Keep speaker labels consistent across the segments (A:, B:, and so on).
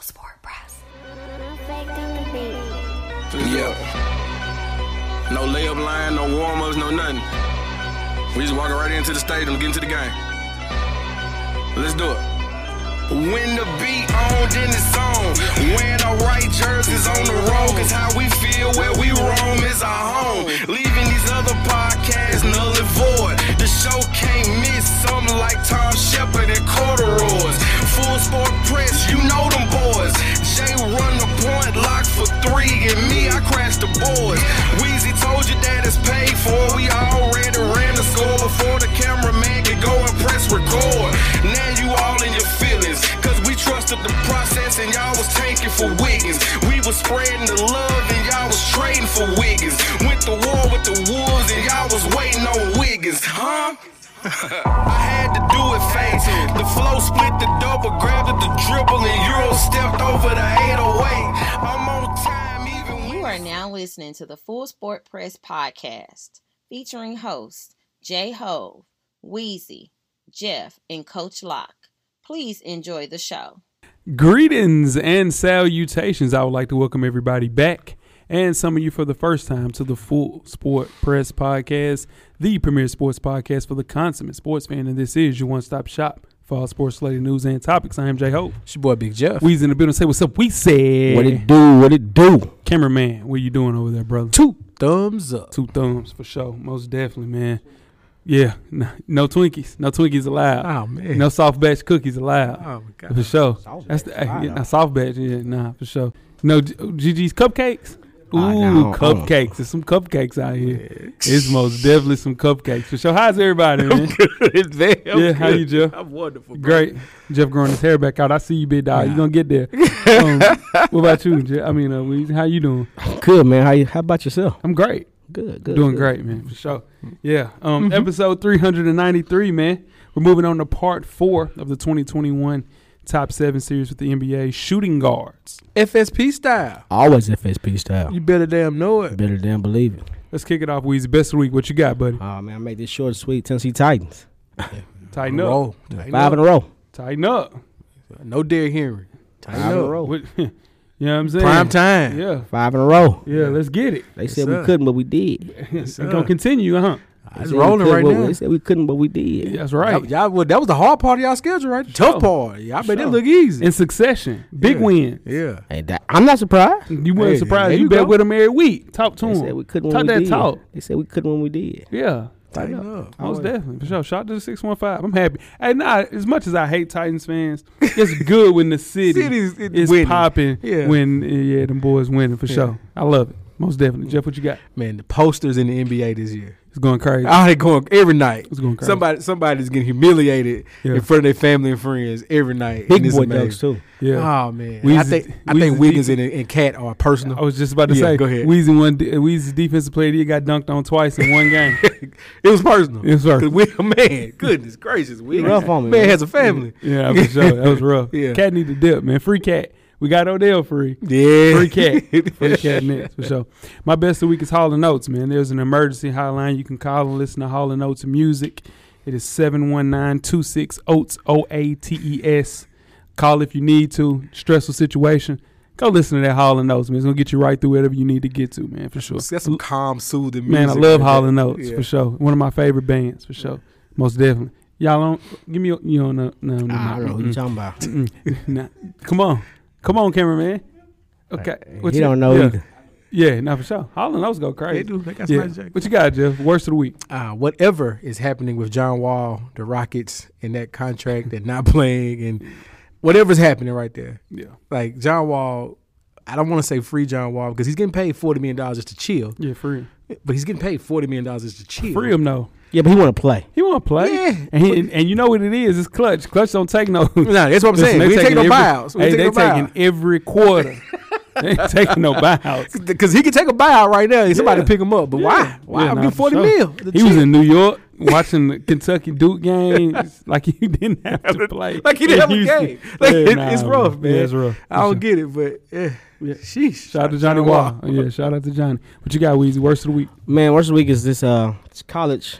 A: Sport Press.
B: Yeah. No layup line, no warm ups, no nothing. We just walking right into the stadium, getting to the game. Let's do it. When the beat on, then it's on. When the right jerseys on the road, cause how we feel where we roam is our home. Leaving these other podcasts null and void. The show can't miss something like Tom Shepard and corduroys. Full sport press, you know them boys. Jay run the point, lock for three, and me, I crashed the boards. Wheezy told you that it's paid for. We already ran the score before the cameraman could go and press record. Now you all in your feelings, cause we trusted the process and y'all was taking for Wiggins. We was spreading the love and y'all was trading for Wiggins. Went to war with the wolves and y'all was waiting on Wiggins, huh? I had to do it fast. The flow split the double, grabbed at the dribble, and Euro stepped over the 808. I'm on time, even
C: You
B: when
C: are now listening to the Full Sport Press podcast featuring hosts Jay Hove, Wheezy, Jeff, and Coach Locke. Please enjoy the show.
D: Greetings and salutations. I would like to welcome everybody back and some of you for the first time to the Full Sport Press Podcast, the premier sports podcast for the consummate sports fan. And this is your one stop shop for all sports related news and topics. I am J Hope.
E: It's your boy Big Jeff.
D: We's in the building. Say what's up. We said,
E: What it do? What it do?
D: cameraman, what you doing over there, brother?
E: Two thumbs up.
D: Two thumbs for sure. Most definitely, man. Yeah, no, no Twinkies. No Twinkies allowed.
E: Oh, man.
D: No soft batch cookies allowed.
E: Oh, my God.
D: For sure. That's the uh, yeah, nah, soft batch. Yeah, nah, for sure. No G- oh, Gigi's cupcakes. Ooh,
E: Ah, no.
D: cupcakes. There's some cupcakes out here. It's most definitely some cupcakes for sure. How's everybody, man?
E: Good, man. I'm
D: Yeah, how you,
E: good.
D: Jeff?
E: I'm wonderful. bro.
D: Great. Jeff growing his hair back out. I see you, big dog. You gonna get there. Um, what about you? Jeff? I mean, uh, Weezy, how you doing?
F: Good man. How you, how about yourself?
D: I'm great.
F: Good, good.
D: Doing
F: good.
D: great, man, for sure. Yeah. Um, Episode 393, man. We're moving on to part four of the 2021 Top 7 series with the NBA Shooting Guards.
E: FSP style.
F: Always FSP style.
E: You better damn know it.
F: Better damn believe it.
D: Let's kick it off, Weezy. Best of the week. What you got, buddy?
F: Oh man, I made this short and sweet. Tennessee Titans.
D: Tighten up.
E: No,
F: Five in a row.
D: Tighten up.
E: no Derrick Henry.
F: Five in a row.
D: What, you know what I'm saying?
E: Prime time.
D: Yeah.
F: Five in a row.
D: Yeah, let's get it.
F: They said
E: sir.
F: we couldn't, but we did.
D: It's going to continue, huh?
F: They
E: It's
F: said we
E: rolling
F: couldn't,
E: right
F: but we-
E: now.
F: They said we couldn't, but we did.
D: That's right.
E: Y'all, y'all- well, that was the hard part of y'all schedule, right? The tough part. Y'all made it
D: Sure.
E: look easy.
D: In succession. Big
E: Yeah.
D: win.
E: yeah.
F: Hey, that- I'm not surprised.
D: You weren't
E: Hey, there
D: surprised.
E: you
D: You bet
E: go.
D: with him every week. Talk to
F: They
D: him.
F: said we couldn't
D: talk
F: when
D: that
F: we did.
D: talk.
F: They said we couldn't when we did.
D: Yeah.
E: Tighten up.
D: Most definitely, for sure. Shout out to the six one five. I'm happy. And nah, as much as I hate Titans fans, it's good when the city
E: City's- it
D: is
E: winning.
D: popping.
E: Yeah.
D: When uh, yeah, them boys winning for sure. I love it. Most definitely, Jeff. What you got?
E: Man, the posters in the NBA this year.
D: It's going crazy.
E: Oh, they going every night.
D: It's going crazy.
E: Somebody, somebody's getting humiliated
D: Yeah.
E: in front of their family and friends every night. and
F: Big
E: it's
F: boy
E: amazing.
F: dogs too.
D: yeah.
E: Oh man, I
D: Weezy-
E: think I
D: Weezy
E: think Wiggins
D: Deacon-
E: and, and Cat are personal.
D: I was just about to
E: Yeah,
D: say.
E: go ahead.
D: Weezy one. de- Weezy's defensive player. He got dunked on twice in one game.
E: it was personal.
D: Yes, sir.
E: 'Cause we- man, goodness gracious, we
F: rough on me,
E: Man
F: man.
E: has a family.
D: yeah, for sure. That was rough.
E: Yeah.
D: Cat need to dip, man. Free cat. We got Odell free.
E: Yeah,
D: Free cat. Free cat Nets for sure. My best of the week is Hall and Oates, man. There's an emergency hotline. You can call and listen to Hall and Oates music. It is 719-26 Oates O A T E S. Call if you need to. Stressful situation. Go listen to that Hall and Oates, man. It's gonna get you right through whatever you need to get to, man, for sure.
E: That's some calm, soothing
D: Man, I
E: music.
D: love
E: right
D: Hall and
E: there.
D: Oates
E: Yeah.
D: for sure. One of my favorite bands for sure. Most definitely. Y'all don't give me your- you don't know no no,
F: Nah, I
D: no,
F: don't know who
D: mm-mm.
F: you talking about.
D: Nah. Come on. Come on, cameraman. Okay. What
F: he
D: you-
F: don't know
D: yeah.
F: either.
D: Yeah, not for sure. Holland, I was go crazy.
E: They do. They got some
D: Yeah.
E: nice jackets.
D: What you got, Jeff? Worst of the week.
E: uh, whatever is happening with John Wall, the Rockets, and that contract and not playing, and whatever's happening right there.
D: Yeah.
E: Like John Wall, I don't want to say free John Wall because he's getting paid forty million dollars just to chill,
D: Yeah, free him.
E: but he's getting paid forty million dollars just to chill.
D: Free him though.
F: Yeah, but he want to play.
D: He want to play.
E: Yeah.
D: And, he, and and you know what it is? It's clutch. Clutch don't take no.
E: No, that's what I'm
D: Listen,
E: saying.
D: they
E: We ain't
D: taking
E: taking no
D: every-
E: buyouts. We
D: Hey,
E: ain't
D: they
E: taking no
D: taking
E: buyouts.
D: every quarter. they ain't taking no buyouts.
E: Because he could take a buyout right now and somebody
D: Yeah.
E: pick him up. But why?
D: Yeah.
E: Why
D: Yeah, nah,
E: do
D: for
E: 40
D: sure.
E: mil?
D: He was in New York watching the Kentucky Duke games like he didn't have to play.
E: Like he didn't have a
D: in
E: game.
D: Houston.
E: Like,
D: Yeah,
E: it- it's
D: nah,
E: rough, man.
D: Yeah, it's rough.
E: I don't
D: For
E: get it, but yeah.
D: Yeah.
E: Sheesh.
D: Shout out to Johnny Wall. Yeah, shout out to Johnny. What you got, Weezy? Worst of the week.
F: Man, worst of the week is this uh this college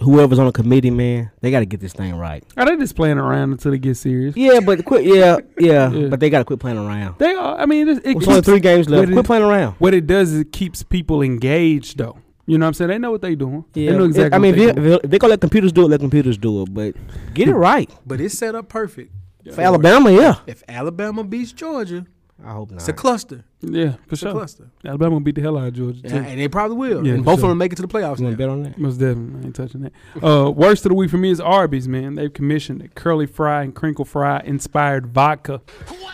F: whoever's on a committee, man, they got to get this thing right.
D: Are Oh, they just playing around until it gets serious?
F: Yeah, but quit. Yeah, yeah,
D: Yeah.
F: but they got to quit playing around.
D: They are. I mean, it, it
F: It's only
D: keeps-
F: three games
D: what
F: left.
D: it-
F: Quit playing around.
D: What it does is it keeps people engaged, though. You know what I'm saying? They know what they doing. They know
F: It-
D: exactly.
F: I mean,
D: what they
F: if,
D: doing.
F: they, if they're gonna let computers do it, let computers do it. But get it right
E: But it's set up perfect.
F: for Alabama. Yeah,
E: If Alabama beats Georgia,
F: I hope not.
E: it's a cluster.
D: yeah, for
E: It's a
D: sure.
E: cluster.
D: Alabama gonna beat the hell out of Georgia.
E: And,
D: too.
E: and they probably will.
D: Yeah,
E: and
D: for
E: both
D: sure.
E: of them make it to the playoffs
F: You
E: now.
F: wanna bet on that?
D: Most definitely. I ain't touching that. Uh, worst of the week for me is Arby's, man. They've commissioned a curly fry and crinkle fry inspired vodka.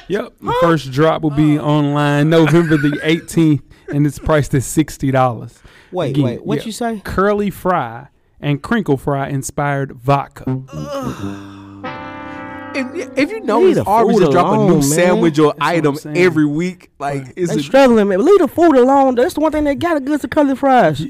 D: Yep. The first drop will be online November the 18th, and it's priced at $60.
F: Wait,
D: Again,
F: wait, what
D: yeah.
F: you say?
D: Curly fry and crinkle fry inspired vodka.
E: If, if you know
F: Leave
E: it's
F: the
E: Arby's
F: food
E: to drop a new
F: alone, man.
E: sandwich or
D: what I'm
E: item
D: saying.
E: every week, like it's
F: They
E: a,
F: struggling, man. Leave the food alone. That's the one thing they got good the curly fries.
D: They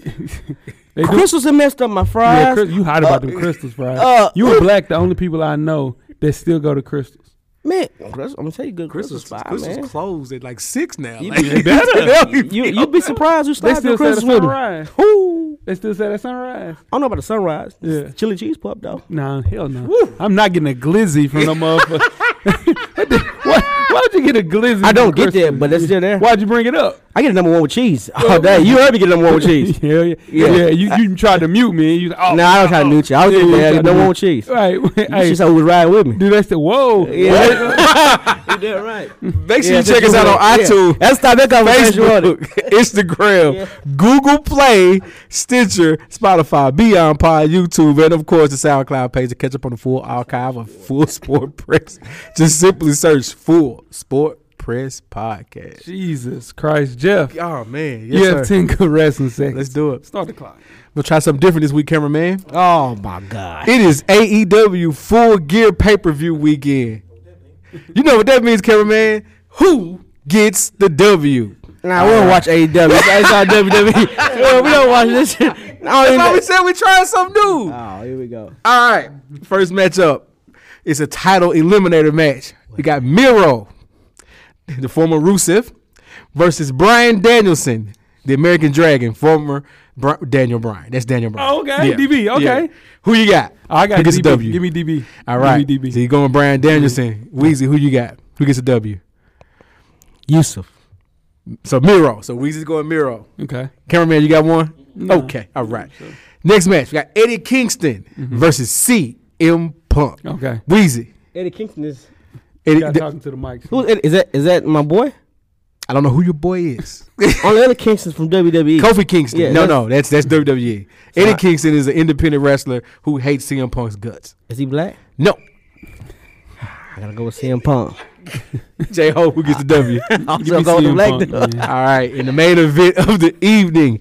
D: do-
F: Crystals have messed up my fries.
D: yeah, Chris, you hot about them crystals fries.
F: uh,
D: you and Black, the only people I know that still go to crystals.
F: man, Chris, I'm gonna tell you, good
E: Christmas,
F: crystals fry,
E: Christmas
F: man.
E: closed at like six now.
F: You
E: Like,
F: be- You you be surprised who
D: They
F: slides
D: still
F: through
D: say the
F: Christmas with them.
D: sunrise.
F: Who?
D: They still say that sunrise.
F: I don't know about the sunrise.
D: Yeah.
F: Chili cheese pup though.
D: Nah, hell no. I'm not getting a glizzy from no motherfucker. What the- why, why'd you get a glizzy?
F: I don't
D: from
F: get that,
D: Christmas?
F: but it's still there.
D: Why'd you bring it up?
F: I get a number one with cheese all day. You heard me get a number one with cheese.
D: yeah, yeah, yeah.
F: Oh, Yeah.
D: you, you tried to mute me. And you, oh,
F: No, I don't try to mute you. I was just
D: you
F: there.
D: tried to
F: No
D: mute-
F: one with cheese. You
D: right. hey,
F: just always ride with me.
D: do they still? Whoa.
F: you did right.
E: Make sure
F: Yeah,
E: you check us out on
F: yeah.
E: iTunes,
F: That's the that conversation.
E: Facebook,
F: wasn't it?
E: Instagram, Google Play, Stitcher, Spotify, Beyond Pod, YouTube, and of course the SoundCloud page to catch up on the full archive of Full Sport Press. Just simply search Full Sport Press Podcast.
D: Jesus Christ, Jeff.
E: Oh man,
D: you have
E: yes, sir.
D: ten caressing seconds.
E: Let's do it.
D: Start the clock.
E: We'll try something different this week, cameraman.
F: Oh my God.
E: It is AEW Full Gear Pay Per View weekend. You know what that means, cameraman? Who gets the W?
F: Nah, we don't watch AEW. It's, it's all WWE. Well, we don't watch this shit. I
E: That's why
F: don't
E: we
F: even-
E: said we trying something new.
F: Oh, here we go.
E: All right, first matchup. It's a title eliminator match. You got Miro, the former Rusev, versus Brian Danielson, the American Dragon, former Bri- Daniel Bryan. That's Daniel Bryan.
D: Oh, okay, DB, okay.
E: Who you Oh, got?
D: Oh, I got
E: Who gets
D: DB.
E: the W?
D: Give me DB.
E: All right.
D: Give me DB.
E: So you going Brian Danielson, Weezy? Who you got? Who gets a W?
F: Yusuf.
E: So Miro. So Weezy's going Miro.
D: Okay.
E: Cameraman, you got one? Okay. All right. Next match, we got Eddie Kingston versus CM Punk.
D: Okay.
E: Weezy.
F: Eddie Kingston is.
E: Eddie,
D: Got
E: th-
D: talking to the mic.
F: Who, is that? Is that my boy?
E: I don't know who your boy is.
F: Only Eddie Kingston's from E. WWE.
E: Kofi Kingston.
F: Yeah,
E: no,
F: that's-
E: no, that's that's WWE. Eddie Kingston is an independent wrestler who hates CM Punk's guts.
F: Is he black?
E: No.
F: I gotta go with CM Punk.
E: J Ho, who gets the W?
F: I'm
D: Give me
F: still going with
D: CM
F: the black
D: Punk,
F: dude.
D: man.
E: All right, in the main event of the evening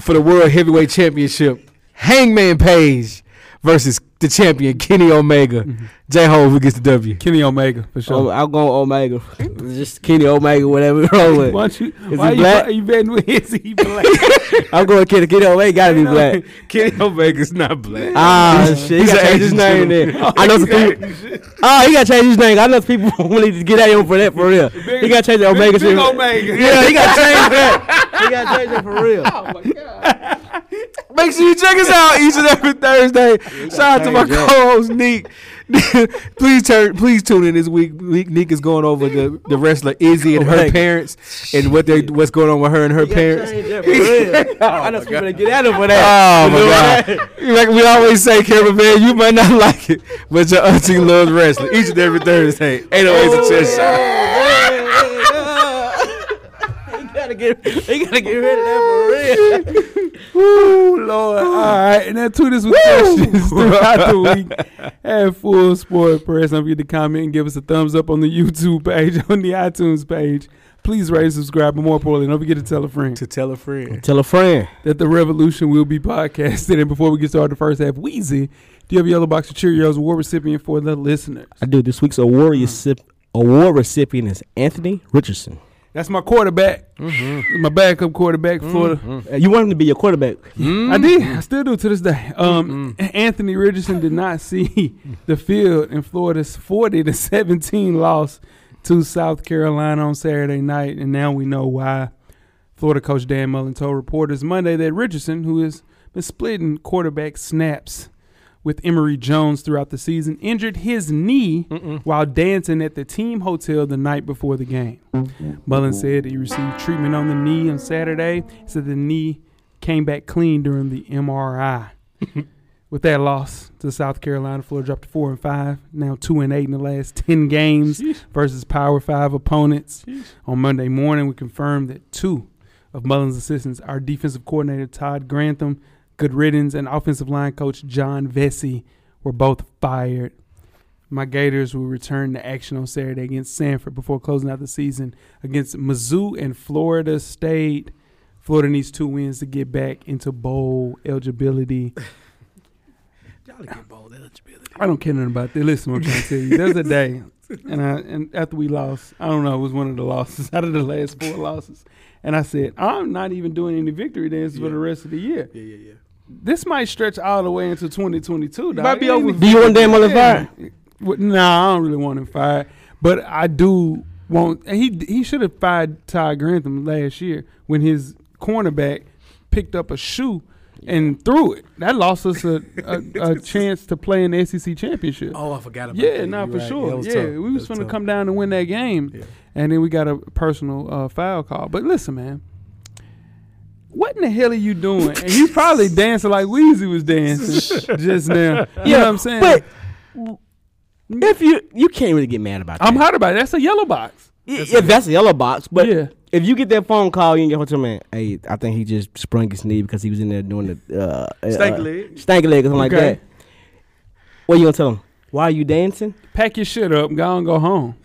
E: for the World Heavyweight Championship, Hangman Page versus the champion Kenny Omega.
F: Mm-hmm.
E: J Ho, who gets the W?
D: Kenny Omega for
F: Oh,
D: sure.
F: I'll go Omega. Just Kenny Omega, whatever you roll with.
D: Why don't you?
F: he
D: why
F: black?
D: you, bet- you betting with? Is he black?
F: I'm going Kenny. Kenny Omega gotta be black.
E: Kenny Omega's not black.
F: Ah, shit. He
E: he's
F: gotta
E: an
F: change his
E: Asian
F: name then.
E: gentleman.
F: I know some people. Oh, he gotta change his name. I know people really need to get at him for that, for real. He gotta change the Omega Oh,
D: Big
F: shit.
D: Omega.
F: Yeah, he gotta change that. He gotta change that for real.
E: Make sure you check us out each and every Thursday. Shout out to my co-host Nick. please turn, please tune in this week. Nick, Nick is going over the, the wrestler Izzy and her
F: Omega.
E: parents and what they what's going on with her and her parents.
F: Change that for real. I know some people that get at him for that.
E: Oh
F: You know
E: my God! Like we always say, cameraman, you might not like it, but your auntie loves wrestling each and every Thursday. Ain't no ways to chest shot.
F: He gotta get, he gotta get rid of that for real.
D: Woo,
E: Oh,
D: Lord. All right. And that tweet us with questions throughout the week at Full Sport Press. Don't forget to comment and give us a thumbs up on the YouTube page, on the iTunes page. Please rate, subscribe, but more importantly, don't forget to tell a friend
E: To tell a friend.
F: Tell a friend.
D: that the revolution will be podcasted. And before we get started, the first half, Wheezy, do you have a yellow box of Cheerios award recipient for the listeners?
F: I do. This week's award, recip- award recipient is Anthony Richardson.
D: That's my quarterback, my backup quarterback, Florida.
F: Uh, You want him to be your quarterback.
D: I did. I still do to this day. Um, Anthony Richardson did not see the field in Florida's 40 to 17 loss to South Carolina on Saturday night, and now we know why. Florida coach Dan Mullen told reporters Monday that Richardson, who is been splitting quarterback snaps with Emory Jones throughout the season, injured his knee while dancing at the team hotel the night before the game. Mullen said he received treatment on the knee on Saturday. He said the knee came back clean during the MRI. With that loss to South Carolina, Florida dropped to four and five, now two and eight in the last ten games versus Power Five opponents. On Monday morning, we confirmed that two of Mullins' assistants, our defensive coordinator Todd Grantham, Good Riddance, and offensive line coach John Vesey, were both fired. My Gators will return to action on Saturday against Sanford before closing out the season against Mizzou and Florida State. Florida needs two wins to get back into bowl eligibility. I don't care nothing about that. Listen, what I'm trying to tell you. There's a day, and I and after we lost, I don't know, it was one of the losses out of the last four losses, and I said, I'm not even doing any victory dances for the rest of the year.
E: Yeah, yeah, yeah.
D: This might stretch all the way into 2022. Dog.
E: might be
D: It ain't
E: over.
D: even-
F: Do you want Dan Mullen fired?
D: Well, Nah, I don't really want him fired, but I do want. and He he should have fired Todd Grantham last year when his cornerback picked up a shoe. And threw it. That lost us a, a, a chance to play in the SEC championship.
E: Oh, I forgot about
D: Yeah,
E: that.
D: nah,
E: You
D: for
E: right. That
D: sure.
E: was
D: Yeah,
E: tough.
D: we
E: That
D: was finna
E: tough.
D: come down and win that game,
E: Yeah.
D: and then we got a personal uh, foul call. But listen, man, what in the hell are you doing? and you probably dancing like Weezy was dancing just now. You know what I'm saying?
F: But if you you can't really get mad about that.
D: I'm hot about it. That's a yellow box.
F: If that's a yellow box, but
D: Yeah.
F: if you get that phone call, you can get what your man. Hey, I think he just sprung his knee because he was in there doing the uh,
E: Stanky
F: uh,
E: leg.
F: stanky leg or something like
D: Okay.
F: that. What you gonna tell him? Why are you dancing?
D: Pack your shit up, and go and go home.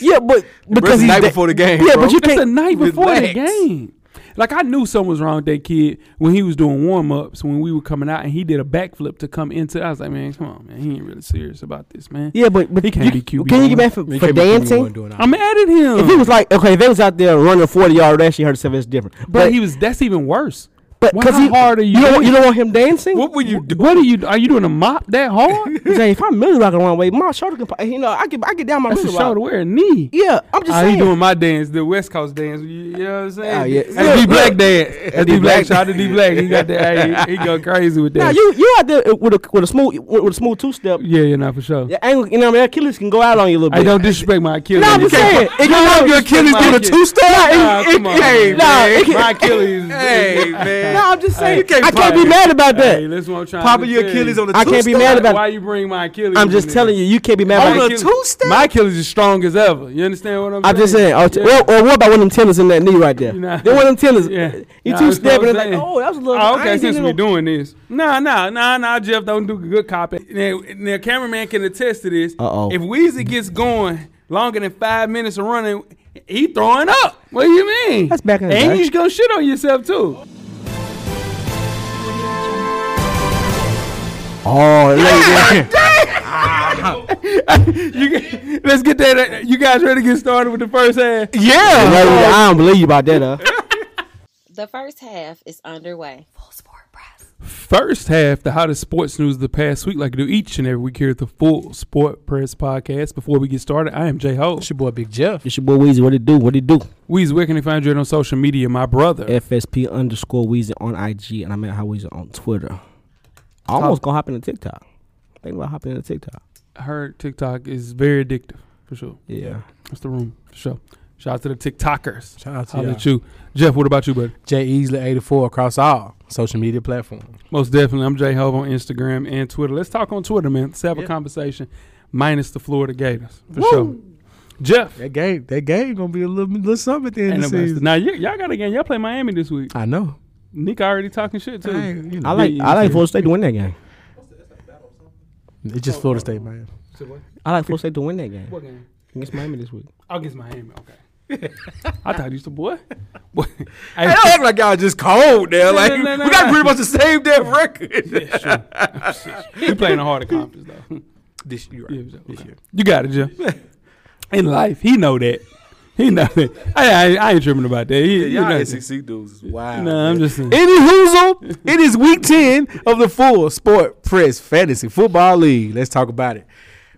F: Yeah, but because he's
E: the night
F: da-
E: before the game,
F: Yeah,
E: bro.
F: but you
D: That's
F: can't.
D: the night before the
E: relax.
D: game. Like I knew something was wrong with that kid when he was doing warm ups when we were coming out and he did a backflip to come into. I was like, man, come on, man, he ain't really serious about this, man.
F: yeah, but but
D: He can't
F: you,
D: be QB
F: Can you
D: one.
F: get mad for,
E: You
F: for
E: can't be doing
F: dancing?
E: one doing all
D: I'm mad at him.
F: If he was like, okay, if they was out there running 40 yard dash, she heard herself, it's different. But,
D: But he was. That's even worse.
F: but
D: Well,
F: because
D: how
F: he
D: hard are you
F: You don't, want-
D: doing?
F: you don't want him dancing.
E: What would you do?
D: What are you? Are you doing a mop that hard?
F: He's like, if I'm really rocking the wrong way, my shoulder can. pop- You know, I get I get down my
D: That's a
F: middle rock.
D: shoulder wear a knee.
F: Yeah, I'm just
D: Ah,
F: saying.
D: he doing my dance, the West Coast dance. You, you know what I'm saying?
F: Ah, yeah.
D: That's D
F: Look,
D: Black
F: look.
D: dance. That's D Black. Shout out to D Black. He got that. hey, he go crazy with that.
F: now you you out there with a with a smooth with, with a smooth two step.
D: yeah, yeah, nah, for sure.
F: Your angle, you know, what I mean, Achilles can go out on you a little
D: I
F: bit.
D: don't disrespect my Achilles.
F: No, I'm just saying. It can help your Achilles
D: do the
F: step.
D: Nah, come on, man.
F: nah, it can-
D: my Achilles. is-
E: Hey, man.
F: nah, I'm just saying.
E: you can't
F: I can't be
D: play.
F: mad about
D: Hey,
F: that.
D: that's what I'm trying
E: Popping
D: to
E: your
D: tell
E: Achilles
D: you.
E: on the
F: I can't be
E: two-step.
F: mad about
D: Why
F: it.
D: you bring my Achilles?
F: I'm just telling you, you can't be mad
E: On
F: about
E: the
F: it.
E: two-step?
D: My Achilles is strong as ever. You understand what I'm saying?
F: I'm just saying. Or, t-
D: Yeah.
F: or, or what about one of them tennis in that knee right there?
D: Nah.
F: Then one of them tennis.
D: Yeah.
F: You
D: Nah, that's
F: two
D: what I'm
F: stepping. It's like,
D: saying.
F: oh, that was a little.
D: Oh,
F: I
D: okay,
F: ain't
D: since
F: even
D: we
F: gonna-
D: doing this. Nah, nah, nah, nah, Jeff, don't do good cop. Now, now cameraman can attest to this.
F: Uh-oh.
D: If Weezy gets going longer than five minutes of running, he throwing up. What do you mean?
F: That's back in the
D: And
F: day.
D: you just gonna shit on yourself too.
F: Oh, lady.
D: You g- let's get that. You guys ready to get started with the first half?
F: yeah. Lady, I don't believe you about that. Huh?
C: The first half is underway.
D: First half, the hottest sports news of the past week, like I do each and every week here at the Full Sport Press Podcast. Before we get started, I am Jay Ho.
E: It's your boy Big Jeff.
F: It's your boy Weezy. What it do? What it do?
D: Weezy, where can they find you at on social media, my brother?
F: FSP underscore Weezy on IG, and I'm at How Weezy on Twitter. I
D: Oh.
F: almost gonna hop into TikTok. Think about hopping into TikTok.
D: her TikTok is very addictive for sure.
F: Yeah.
D: That's the room for sure. Shout out to the TikTokers.
E: Shout out to
D: Holla
E: y'all.
D: at you, Jeff. What about you, buddy?
E: Jay Easley 84 across all social media platforms.
D: Most definitely, I'm Jay Hove on Instagram and Twitter. Let's talk on Twitter, man. Let's have a
E: Yeah.
D: conversation. Minus the Florida Gators for sure. Jeff,
E: That game, that game gonna be a little, little something at the end
D: and
E: of the season.
D: now y- y'all got a game. Y'all play Miami this week.
E: I know.
D: Nick already talking shit too.
E: Hey, you know.
F: I like
D: Yeah,
F: I
D: yeah.
F: like Florida State to win that game.
E: It's just Florida State, man.
F: I like Florida State to win that game
D: What game?
F: against Miami this week.
D: Oh, against Miami. Okay. I thought you was the boy. boy. Hey,
E: Hey, don't act like y'all just cold there.
D: No,
E: Like
D: no, no, no,
E: we got
D: no.
E: pretty much the same damn record.
D: we playing a harder conference though.
E: this year,
D: Yeah,
E: this
D: okay.
E: year.
D: You got it, Jeff. In life, he know that. He know that. I, I, I ain't tripping about that. He, you know
E: Y'all
D: that.
E: SEC dudes is wild.
D: Nah, I'm just saying.
E: Any hoozle, it is week 10 of the full sport press fantasy football league. Let's talk about it.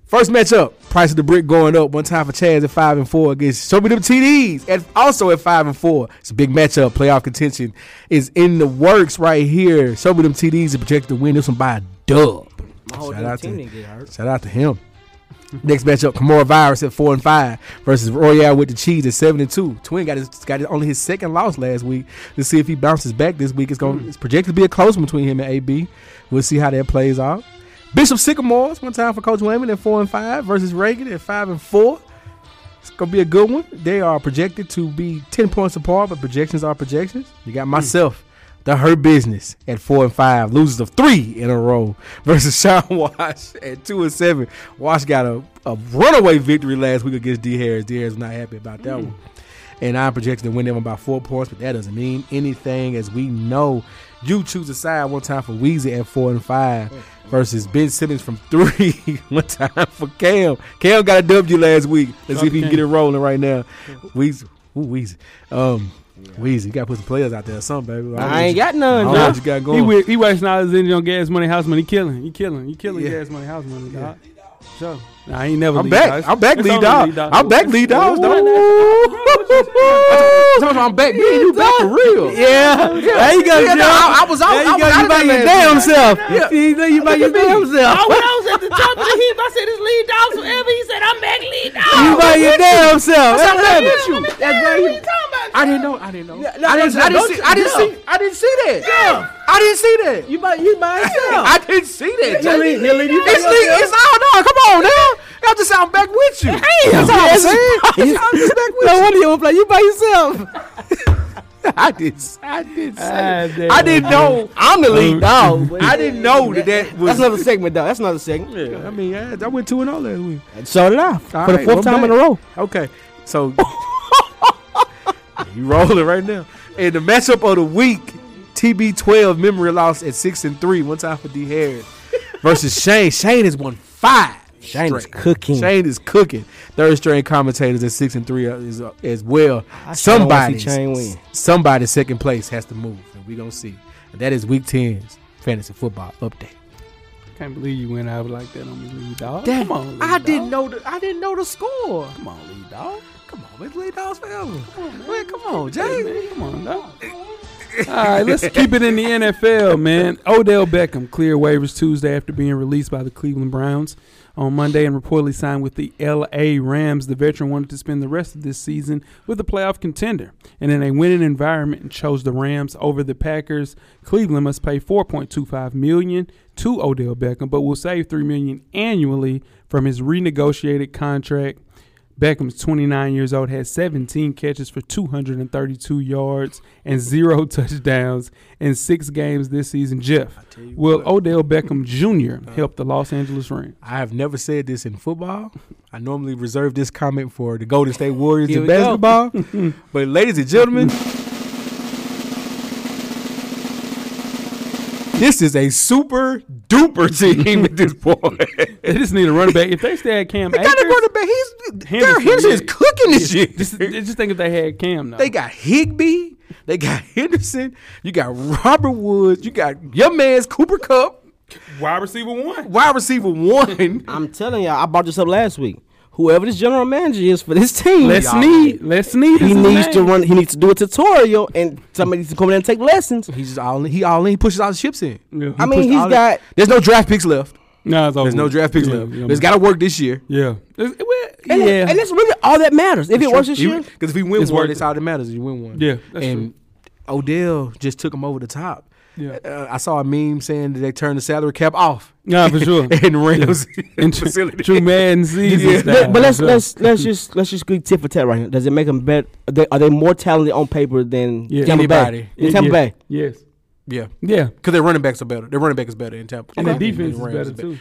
E: First matchup, price of the brick going up. One time for Chaz at five and four against Show Me Them TDs at also at five and four. It's a big matchup. Playoff contention is in the works right here. Show Me Them TDs is projected to win this one by a dub.
F: My whole
E: Shout out
F: team
E: to-
F: didn't get hurt.
E: Shout out to him. Next matchup, Kamora Virus at four and five versus Royale with the cheese at seven and two. Twin got his got his, only his second loss last week. Let's see if he bounces back this week. It's going to it's projected to be a close one between him and AB. We'll see how that plays out. Bishop Sycamores one time for Coach Wayman at four and five versus Reagan at five and four. It's gonna be a good one. They are projected to be ten points apart, but projections are projections. You got myself, the her business at four and five, losers of three in a row versus Sean Wash at two and seven. Wash got a, a runaway victory last week against D Harris. D Harris was not happy about that one. And I'm projecting to win them by four points, but that doesn't mean anything as we know. You choose a side one time for Weezy at four and five versus Ben Simmons from three one time for Cam. Cam got a W last week. Let's see if he can get it rolling right now. Weezy, ooh, Weezy. Um, Weezy, you got to put some players out there or something, baby. don't know
F: I
E: what
F: ain't got
E: you, I
F: none.
E: don't know
F: nah.
E: what you got
D: He,
E: going.
D: wa- he wasting all his energy on gas money, house money, killing. He killing. He killing
E: Yeah.
D: gas money, house money, dog. Sure. Nah, I ain't never
E: I'm
D: lead
E: back.
D: dog. It's-
E: I'm back,
D: it's
E: lead
D: only
E: dog. I'm back, lead dogs. dog. Sometimes I'm back. Me and you back for real.
F: Yeah. There you go, Joe.
E: Yeah, no, I, I was out.
F: There
E: I
F: you
E: was
F: go.
E: out
F: You
E: of
F: by
E: that
F: your
E: last
F: damn
E: night.
F: self.
E: Yeah.
F: See, there you by your damn
C: Oh,
F: self.
C: when I was at the top of the heap, I said, it's lead dogs forever. He said, I'm back lead dogs.
F: You by your damn self. That's
E: what
F: happened.
E: happened.
F: That's why you.
E: I didn't know. I didn't know.
F: no,
E: I didn't.
F: no,
E: I didn't
F: don't
E: see.
F: you-
E: I
F: no.
E: didn't see. I didn't see that. I didn't see that.
F: You by you by yourself.
E: I didn't see that.
F: He'll
E: Jamie.
F: leave- he'll leave you by
E: It's,
F: yourself.
E: le- it's all done. Come on now. Y'all just I'm back with you. That's all I'm saying. I'm just back with
F: No
E: you.
F: wonder Oh, you play. You by yourself.
E: I did. I did.
D: Ah,
E: Say.
D: damn.
E: I didn't know.
F: I'm the lead dog.
E: I didn't know that that was.
F: That's another segment, though. That's another segment.
E: I mean, I, I went two and all last week.
F: So did I. For
E: All
F: the
E: right,
F: fourth
E: well,
F: time in a
E: bet.
F: row.
E: Okay, so you rolling right now. And the matchup of the week, TB12 memory loss at six and three. One time for D Harris versus Shane. Shane has won five.
F: Shane is
E: straight.
F: cooking.
E: Shane is cooking. Third string commentators at six and three is, uh, as well.
F: I sure don't wanna
E: Somebody,
F: see Shane win.
E: somebody second place has to move, and we gonna see. And that is week 10's fantasy football update.
D: Can't believe you went out like that on me, lead dog.
E: Damn,
D: Come on, lead
E: I
D: dog.
E: didn't know the I didn't know the score.
D: Come on, lead dog.
E: Come on, man, lead dogs forever. Come on, man. come on,
D: Hey,
E: Jay.
D: man, come on, dog. All right, let's keep it in the NFL, man. Odell Beckham cleared waivers Tuesday after being released by the Cleveland Browns on Monday and reportedly signed with the LA Rams. The veteran wanted to spend the rest of this season with a playoff contender and in a winning environment and chose the Rams over the Packers. Cleveland must pay 4.25 million to Odell Beckham but will save 3 million annually from his renegotiated contract. Beckham's 29 years old had 17 catches for 232 yards and zero touchdowns in six games this season. Jeff, will Odell Beckham Jr.
E: Uh,
D: help the Los Angeles Rams?
E: I have never said this in football. I normally reserve this comment for the Golden State Warriors
F: Here
E: in
F: we go.
E: basketball. but ladies and gentlemen, this is a super duper team at this point.
D: They just need a running back. If they still had Cam
E: they got a
D: Akers,
E: quarterback. He's Henderson,
D: Henderson,
E: Henderson is
D: yeah.
E: cooking this shit.
D: just, just think if they had Cam, though.
E: They got Higby. They got Henderson. You got Robert Woods. You got your man's Cooper Cup.
D: wide receiver one.
E: Wide receiver one.
F: I'm telling y'all, I brought this up last week. Whoever this general manager is for this team,
D: Let's need. Let's need.
F: he needs to run. He needs to do a tutorial, and somebody needs to come in and take lessons.
E: He's just all in. He all in. He pushes all the chips in.
D: Yeah.
F: I mean,
E: pushed
F: he's
E: all the-
F: got-
E: There's no draft picks left.
D: No, it's over.
E: There's no draft picks
D: Oh, yeah,
E: left.
D: Yeah,
E: It's got to work this year.
D: yeah. It's- well,
F: And,
D: yeah.
F: and that's really all that matters. If it works this year,
E: Because if we win
D: It's
E: one,
D: worth
E: that's
D: it.
E: all that matters. is You win one.
D: Yeah, that's
E: and Odell just took him over the top.
D: Yeah.
E: Uh, I saw a meme saying that they turned the salary cap off
D: nah, for sure.
E: and Rams
D: and tr-
E: facility.
D: True Madden season.
E: Yeah.
D: style,
F: but let's
D: so.
F: let's let's just let's just go tit for tat right here. Does it make them bet? Are they, are they more talented on paper than
D: Yeah.
F: Tampa
E: Anybody.
F: Bay? Than Tampa
D: yeah.
F: Bay.
D: Yes.
E: Yeah.
D: Yeah.
E: Because their running backs are better. Their running back is better in Tampa.
D: And the
E: than the
D: defense is
E: Rams
D: better too.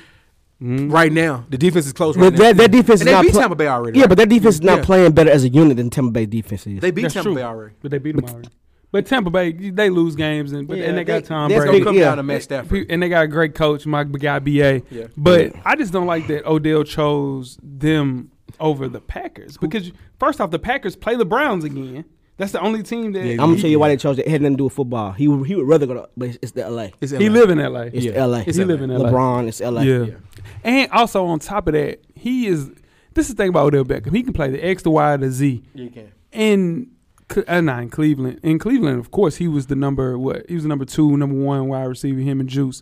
D: Hmm.
E: Right now, the defense is close. Right
F: But
E: now.
F: that, that defense
E: And
F: is
E: they
F: not
E: beat
F: pla-
E: Tampa Bay already.
F: Yeah,
E: right?
F: but that defense is not
E: Yeah.
F: playing better as a unit than Tampa Bay defense is.
E: they beat
D: That's
E: Tampa
D: true.
E: Bay already.
D: But they beat them already. But Tampa Bay, they lose games, and but,
F: Yeah,
D: and they got
F: they-
D: Tom
F: that's
E: It's gonna
D: Brady,
E: come
F: Yeah.
E: down to Matt Stafford.
D: Pe- and they got a great coach, my guy Ba.
E: Yeah.
D: But I just don't like that Odell chose them over the Packers because first off, the Packers play the Browns again. That's the only team that
E: Yeah,
F: I'm gonna tell you why they chose it. It had nothing to do with football. He would, he would rather go to, but it's, it's the LA.
E: It's
D: he
E: LA.
D: live in LA.
F: It's
E: Yeah.
F: LA.
E: It's
D: he live in LA.
F: LeBron. It's LA.
D: Yeah. And also on top of that, he is. This is the thing about Odell Beckham. He can play the X, the Y, the Z.
E: You can.
D: In Cle- uh, not in Cleveland. In Cleveland, of course, he was the number what? He was the number two, number one wide receiver. Him and Juice.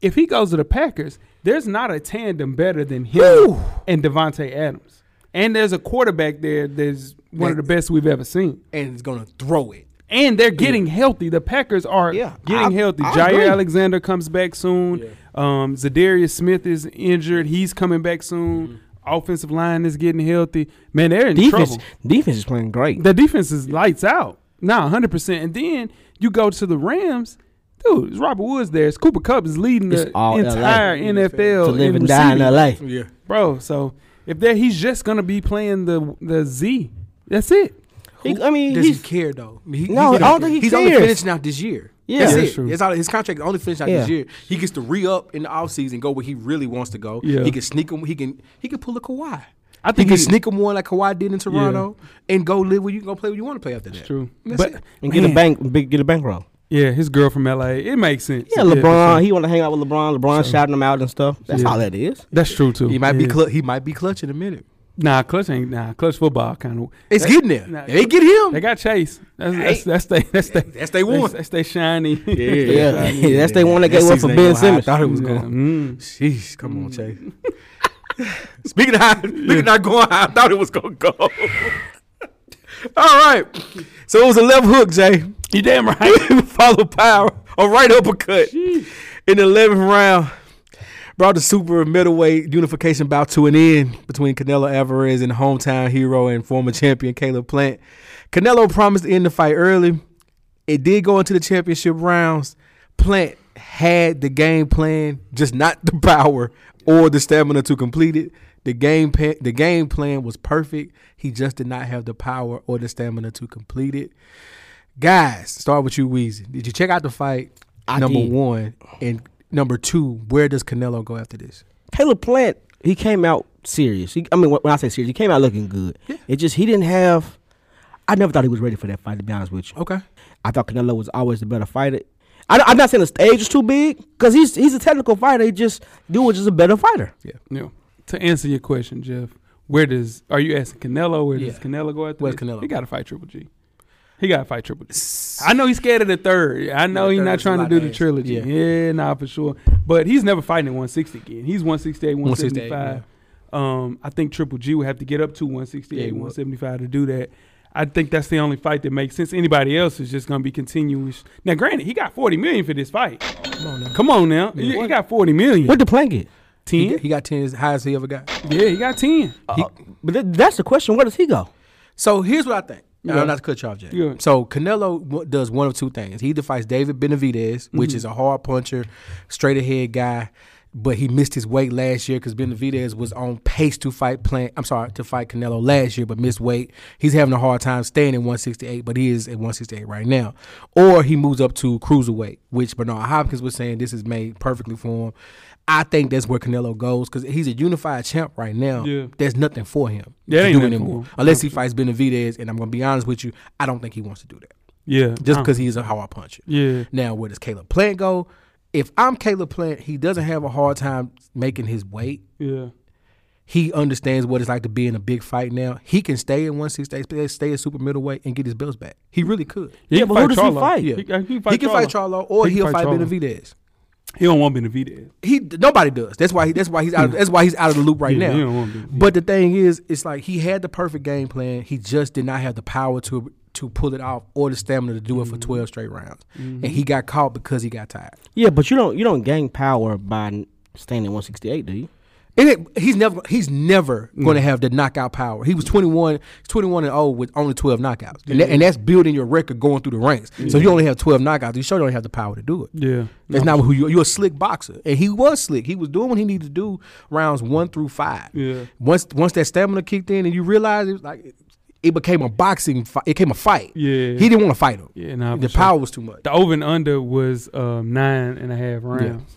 D: If he goes to the Packers, there's not a tandem better than him and Devontae Adams. And there's a quarterback there that's one of the best we've ever seen.
E: And it's gonna throw it.
D: And they're getting healthy. The Packers are
F: Yeah,
D: getting
F: I-
D: healthy.
F: I
D: Jair
F: agree.
D: Alexander comes back soon.
E: Yeah.
D: Um, Zadarius Smith is injured. He's coming back soon.
F: Mm-hmm.
D: Offensive line is getting healthy. Man, they're in
F: Defense.
D: trouble.
F: Defense is playing great.
D: The defense is lights out. Nah, 100%. And then you go to the Rams. Dude, it's Robert Woods there. It's Cooper Cup is leading
F: It's
D: the
F: all
D: entire
F: LA.
D: NFL.
F: to live
D: in
F: and die in
D: receiving.
F: LA.
E: Yeah.
D: Bro, so if there he's just going to be playing the the Z. That's it.
F: He- I mean,
E: Does he
F: he's,
E: care though? He,
F: No,
E: he's
F: I don't think he
E: he's only
F: cares.
E: finishing out this year.
F: Yeah.
E: that's
F: Yeah,
E: it.
D: that's true.
E: It's all- his contract is only finishing out this
F: Yeah.
E: year. He gets to re up in the offseason, go where he really wants to go.
D: Yeah.
E: He can sneak him. He can he can pull a Kawhi.
D: I
E: He
D: think
E: can
D: he-
E: sneak him one like Kawhi did in Toronto, and go live where you go play where you want to play after that.
D: True.
E: That's
D: but
E: it.
F: and get a
D: man,
F: bank, big, get a bankroll.
D: Yeah, his girl from LA. It makes sense.
F: Yeah,
D: for
F: LeBron.
D: sure.
F: He want to hang out with LeBron. LeBron shouting him out and stuff. That's
D: Yeah.
F: all that is.
D: That's true too.
E: He might
D: Yeah.
E: be clu- he might be clutch in a minute.
D: Nah, clutch ain't nah. Clutch football kind of.
E: It's getting there.
D: nah,
E: they get him.
D: They got Chase. That's that's
E: Hey.
D: that's they that's they
E: That's they one.
D: That's, that's they shiny. Yeah.
F: Yeah, that's the one that gave
E: That
F: up for
E: season
F: Ben
E: ain't going how I
F: Simmons.
E: thought it was
D: Mm.
E: going. Jeez, come on, Chase. speaking of high, speaking of not going high, I thought it was gonna go. All right. So it was a left hook, Jay.
D: You damn right.
E: Follow power, a right uppercut in the eleventh round. Brought the super middleweight unification bout to an end between Canelo Alvarez and hometown hero and former champion Caleb Plant. Canelo promised to end the fight early. It did go into the championship rounds. Plant had the game plan, just not the power or the stamina to complete it. The game pa- the game plan was perfect. He just did not have the power or the stamina to complete it. Guys, start with you, Weezy. Did you check out the fight?
F: I
E: number
F: did.
E: one and number two. Where does Canelo go after this?
F: Caleb Plant, he came out serious. He, I mean, when I say serious, he came out looking good. It just he didn't have. I never thought he was ready for that fight. To be honest with you,
E: Okay,
F: I thought Canelo was always the better fighter. I, am not saying the stage was too big because he's he's a technical fighter. He just dude was just a better fighter.
D: Yeah. To answer your question, Jeff, where does are you asking Canelo? Where does
E: Yeah.
D: Canelo go after?
E: Where's
D: this?
E: Canelo
D: He
E: go?
D: got to fight Triple G. He got to fight Triple G. I know he's scared of the third. I know
E: The
D: he's not
E: third's a
D: trying to
E: lot
D: do
E: of
D: the
E: ass.
D: trilogy. Yeah.
E: Yeah.
D: nah, for sure. But he's never fighting at 160 again. He's 168,
E: 168,
D: 175. Um, I think Triple G would have to get up to 168,
E: Yeah, he would.
D: 175 to do that. I think that's the only fight that makes sense. Anybody else is just going to be continuous. Now, granted, he got 40 million for this fight. Come on now. Come on now. He, he got 40 million.
F: What did Plant get?
D: 10?
E: he, he got ten as high as he ever got.
D: yeah, he got 10.
F: He- but th- that's the question. Where does he go?
E: So here's what I think. And
D: Yeah.
E: I'm not to cut you off, Jay.
D: Yeah.
E: So Canelo w- does one of two things. He either fights David Benavidez,
D: Mm-hmm.
E: which is a hard puncher, straight ahead guy, but he missed his weight last year because Benavidez was on pace to fight Plant. I'm sorry, to fight Canelo last year, but missed weight. He's having a hard time staying at 168, but he is at 168 right now. Or he moves up to cruiserweight, which Bernard Hopkins was saying this is made perfectly for him. I think that's where Canelo goes because he's a unified champ right now.
D: Yeah.
E: There's nothing for him
D: That
E: to
D: ain't
E: do
D: nothing for
E: anymore.
D: him.
E: Unless he fights Benavidez, and I'm gonna be honest with you, I don't think he wants to do that.
D: Yeah.
E: Just
D: uh,
E: because he's a hard puncher.
D: Yeah.
E: Now, where does Caleb Plant go? If I'm Caleb Plant, he doesn't have a hard time making his weight.
D: Yeah.
E: He understands what it's like to be in a big fight now. He can stay in 168, stay at super middleweight, and get his belts back. He really could.
D: He
F: Yeah,
D: can
F: but
D: fight
F: who does he
D: Charlo.
F: fight?
E: Yeah.
D: He, can- he can fight Charlo.
E: Charlo, or
D: He
E: he
D: can
E: will
D: fight
E: fight
D: Charlo.
E: Benavidez.
D: He don't want Benavidez.
E: He nobody does. That's why he, that's why he's out. Of, that's why he's out of the loop right
D: Yeah,
E: now.
D: he don't want to be.
E: But the thing is, it's like he had the perfect game plan. He just did not have the power to to pull it off or the stamina to do
D: Mm-hmm.
E: it for twelve straight rounds. And he got caught because he got tired.
F: Yeah, but you don't you don't gain power by n- staying at 168, do you?
E: And it, he's never he's never
D: Mm.
E: going to have the knockout power. He was 21, 21 and 0 with only 12 knockouts. And, that, and that's building your record going through the ranks. So you only have 12 knockouts. You sure don't have the power to do it.
D: Yeah.
E: That's not who you are. You're a slick boxer. And he was slick. He was doing what he needed to do rounds one through five.
D: Yeah.
E: Once once that stamina kicked in and you realize it was like it became a boxing fight. It became a fight.
D: Yeah.
E: He didn't want to fight him.
D: Yeah, nah, for
E: the
D: sure.
E: power was too much.
D: The over and under was um, nine and a half rounds.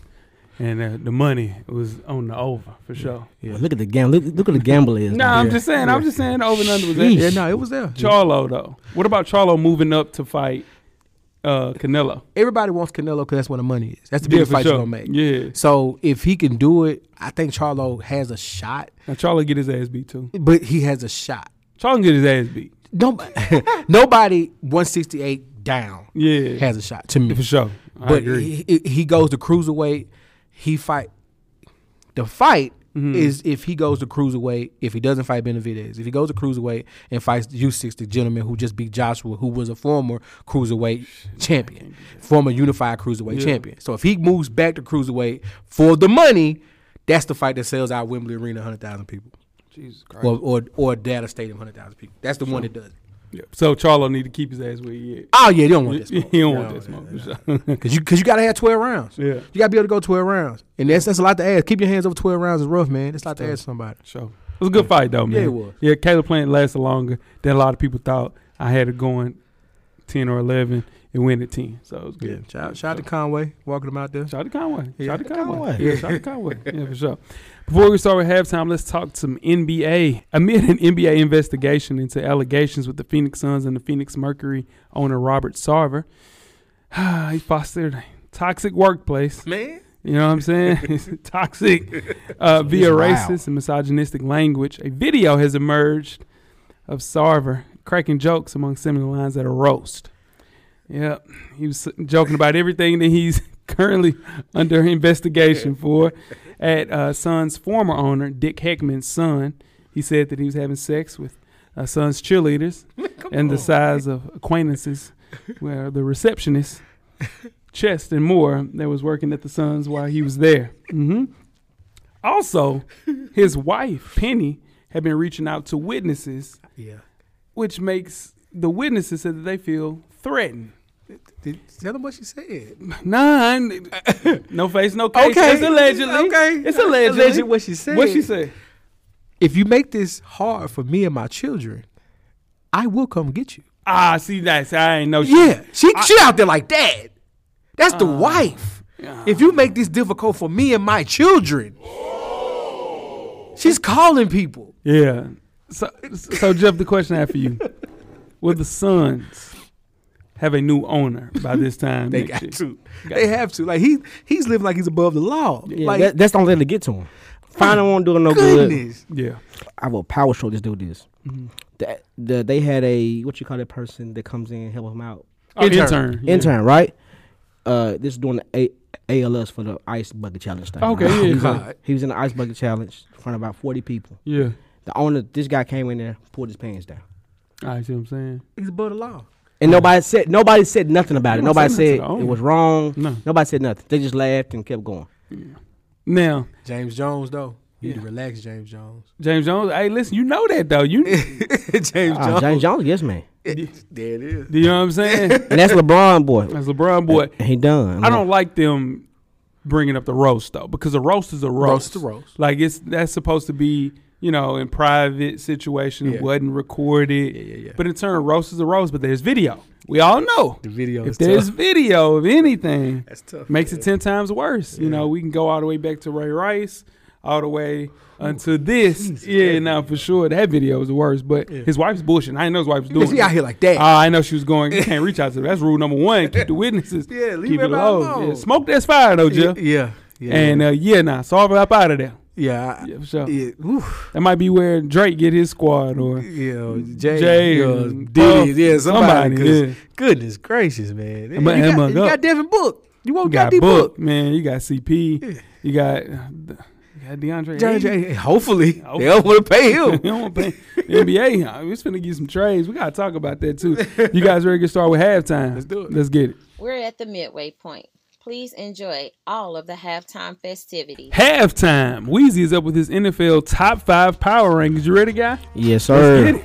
D: and uh, the money was on the over for sure.
F: Well, look at the gamble. Look, look at the gamble is.
D: No,
F: now.
D: I'm just saying. I'm just saying. the Over and under was
F: Sheesh.
D: that.
E: Yeah, no, it was there.
D: Charlo though. What about Charlo moving up to fight uh, Canelo?
E: Everybody wants Canelo because that's where the money is. That's the biggest
D: for
E: fight
D: sure.
E: you're gonna make.
D: Yeah.
E: So if he can do it, I think Charlo has a shot.
D: Now Charlo get his ass beat too.
E: But he has a shot.
D: Charlo can get his ass beat.
E: Nobody, nobody 168 down
D: Yeah.
E: has a shot to me.
D: For sure. I
E: but
D: agree.
E: he, he- he goes to cruiserweight. He fight. The fight
D: Mm-hmm.
E: is if he goes to cruiserweight. If he doesn't fight Benavidez, if he goes to cruiserweight and fights U6, the gentleman who just beat Joshua, who was a former cruiserweight champion, former unified cruiserweight champion. So if he moves back to cruiserweight for the money, that's the fight that sells out Wembley Arena, hundred thousand people,
D: Jesus Christ.
E: or or or Data Stadium, hundred thousand people. That's the one that does. it.
D: Yeah. So Charlo need to keep his ass where he is.
E: Oh yeah, they don't want this.
D: He don't want that smoke. for sure.
E: Cause you, cause you gotta have twelve rounds.
D: Yeah.
E: you gotta be able to go twelve rounds, and that's that's a lot to ask. Keep your hands over twelve rounds is rough, man. That's a lot to ask somebody.
D: Sure. It was a good fight though, Oh, man.
E: Yeah, it was.
D: Yeah, Caleb Plant lasted longer than a lot of people thought. I had it going ten or eleven. It went at ten. So it was good.
E: shout, shout out to Conway, walking them out there.
D: Shout out to Conway.
E: Yeah.
D: Shout out to Conway.
F: Conway.
D: Yeah, shout out to Conway. Yeah, for sure. Before we start with halftime, let's talk some NBA. Amid an NBA investigation into allegations with the Phoenix Suns and the Phoenix Mercury owner Robert Sarver, he fostered a toxic workplace.
E: Man,
D: You know what I'm saying? It's toxic uh, via
F: wild.
D: racist and misogynistic language. A video has emerged of Sarver cracking jokes among similar lines at a roast. Yeah, he was joking about everything that he's currently under investigation for. At uh, Sun's former owner, Dick Heckman's son, he said that he was having sex with uh, Sun's cheerleaders and the size of acquaintances, where the receptionist, chest, and more that was working at the Suns while he was there. hmm Also, his wife Penny had been reaching out to witnesses,
E: yeah.
D: which makes the witnesses say that they feel threatened.
E: Did, tell them what she said.
D: None, no face, no case.
E: Okay.
D: it's allegedly.
E: Okay.
D: it's allegedly.
E: Alleged what she said.
D: What she said?
E: If you make this hard for me and my children, I will come get you.
D: Ah, see that's I ain't know. she-
E: Yeah, she she out there like that. That's the wife. If you make this difficult for me and my children, she's calling people.
D: Yeah. So, so Jeff, the question I have for you: Will the Suns have a new owner by this time?
E: They
D: next
E: got
D: year?
E: to. They have to. Like he he's living like he's above the law.
F: Yeah,
E: like
F: that, that's the only thing to get to him. Final won't do no good.
E: goodness.
D: Yeah.
F: I will power stroke this dude. This.
D: Mm-hmm.
F: That the, they had a what you call that person that comes in and help him out.
D: Oh,
E: Intern.
D: intern. yeah.
F: Intern, right? Uh, this is doing the a- ALS for the ice bucket challenge thing.
D: Okay,
F: right?
D: yeah,
E: yeah. God.
F: He was in the ice bucket challenge in front of about forty people.
D: Yeah.
F: The owner, this guy came in there, pulled his pants down,
D: I see what I'm saying.
E: He's above the law.
F: and nobody said nobody said nothing about it.
D: You don't
F: Nobody
D: say nothing
F: said
D: to the
F: it
D: owner.
F: was wrong.
D: No.
F: Nobody said nothing. They just laughed and kept going.
D: Now,
E: James Jones though. You need
D: Yeah.
E: to relax, James Jones.
D: James Jones, hey, listen, you know that though. You do
E: James
F: Ah, James Jones, yes man,
E: There it is.
D: you know what I'm saying?
F: and that's LeBron boy.
D: As LeBron boy,
F: And he done.
D: I don't like them bringing up the roast though, because a roast is a roast.
E: Roast is a roast.
D: Like it's that's supposed to be you know in private situation. It
E: Yeah.
D: wasn't recorded.
E: yeah, yeah.
D: But in turn, roast is a roast. But there's video. We all know
E: The video
D: If
E: is
D: there's
E: tough.
D: video of anything,
E: That's tough.
D: makes it ten times worse. You know, we can go all the way back to Ray Rice, all the way until this. yeah, now for sure that video was the worst. But his wife's bullshit. I didn't know his wife was doing.
E: Because he
D: it.
E: out here like that.
D: Ah, I know she was going. You can't reach out to them. That's rule number one. Keep the witnesses.
E: Yeah, leave
D: keep it
E: everybody
D: low.
E: alone.
D: Yeah, smoke that's fire though,
E: yeah.
D: Jeff.
E: Yeah. Yeah.
D: And uh, yeah, nah, solve it up out of there.
E: yeah. I-
D: Yeah, for sure.
E: yeah. Ooh.
D: That might be where Drake get his squad or
E: Yeah, Jay,
D: Jay,
E: uh,
D: uh,
E: Diddy,
D: Puff,
E: yeah,
D: somebody,
E: somebody. 'cause
D: yeah.
E: Goodness gracious, man! You
D: And my- and my
E: got, you
D: gut.
E: got Devin Book. You
D: you
E: won't
D: got
E: got
D: Book,
E: D Book.
D: man. You got CP. You got, uh, you got DeAndre.
E: Jay,
D: Ayton.
E: Jay, hopefully,
D: Hopefully.
E: they don't want to pay
D: you
E: him.
D: don't want to pay NBA. uh, We're finna get some trades. We gotta talk about that too. You guys ready to get started with halftime? Let's
E: do it.
D: Let's get it.
C: We're at the midway point. Please enjoy all of the halftime festivities.
D: Halftime. Wheezy is up with his NFL top five power rankings. You ready, guy?
F: Yes
D: Let's
F: sir.
D: get it.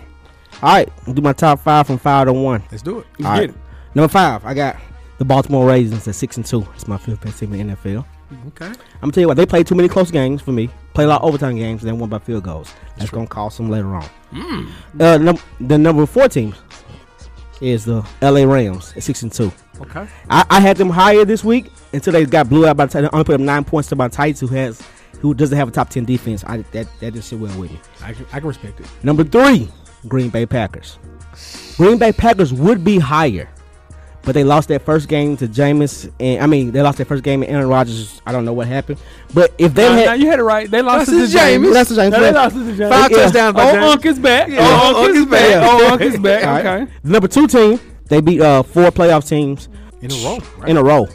F: All right, I'll do my top five from five to one.
E: Let's do it.
D: Let's
F: All
D: get
F: right. Number five, I got the Baltimore Ravens at six and two. It's my fifth best team in the NFL.
E: Okay,
F: I'm gonna tell you what, they played too many close games for me. Played a lot of overtime games and then won by field goals. That's gonna cost them later on. Uh, num- the number four team is the LA Rams at six and two.
D: it. Okay.
F: I, I had them higher this week until they got blew out by the Titans. I only put up nine points to my Titans, who has who doesn't have a top ten defense. I that that didn't sit well with me.
E: I can, I can respect it.
F: Number three, Green Bay Packers. Green Bay Packers would be higher, but they lost that first game to Jameis, and I mean they lost that first game and Aaron Rodgers. I don't know what happened, but if they
D: Now, now
F: had
D: you had it right. They lost
E: That's
D: it to
E: his Jameis.
D: Jameis.
F: That's his Jameis.
D: Now They lost it to Jameis.
E: Five
F: Yeah.
E: touchdowns by
D: Oh,
E: Jameis.
D: Unc is back.
E: Yeah.
D: Oh, Unc is back.
F: Yeah.
D: Oh, Unc is back.
F: All right.
D: Okay.
F: number two team, they beat uh, four playoff teams
E: In a row. Right?
F: in a row,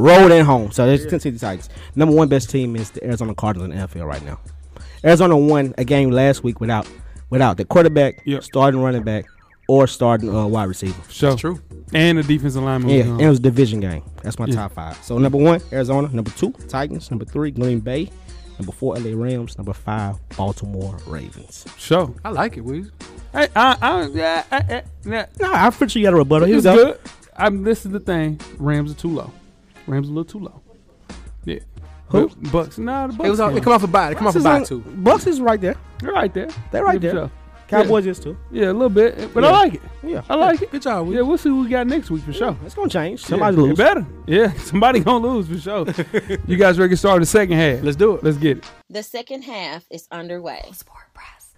F: road and home. So there's Tennessee Titans. Number one best team is the Arizona Cardinals in the NFL right now. Arizona won a game last week without without the quarterback,
D: Yep.
F: starting running back, or starting uh, wide receiver.
D: Sure.
E: True.
D: And the defensive lineman. was
F: Yeah,
D: gone.
F: and it was a division game. That's my
D: Yeah.
F: top five. So number one, Arizona. Number two, Titans. Number three, Green Bay. Number four, LA Rams. Number five, Baltimore Ravens.
D: Sure.
E: I like it, Weezy.
D: Hey, I, I, yeah, I, I, nah,
F: No, I figured you got a rebuttal. Here we
D: it's
F: go.
D: good. I'm, this is the thing. Rams are too low. Rams are a little too low. Yeah.
F: Who?
D: Bu- Bucks. Nah, the Bucks.
E: It was all,
D: too
E: it come off a bye. It come off a
F: Bucks
E: bye
F: is
E: too.
F: on- Bucks is right there.
D: low. They're right there.
F: They're right
D: Yeah,
F: there.
D: for sure.
F: Cowboys is too.
D: Yeah, a little bit. But I
F: Yeah.
D: like it.
F: Yeah.
D: I like it.
E: Good job, Weezy.
D: Yeah, we'll see what we got next week for sure.
F: It's gonna change. Somebody
D: yeah,
F: lose.
D: It better. Yeah, somebody gonna lose for sure. you guys ready to start the second half?
E: Let's do it.
D: Let's get it.
C: The second half is underway.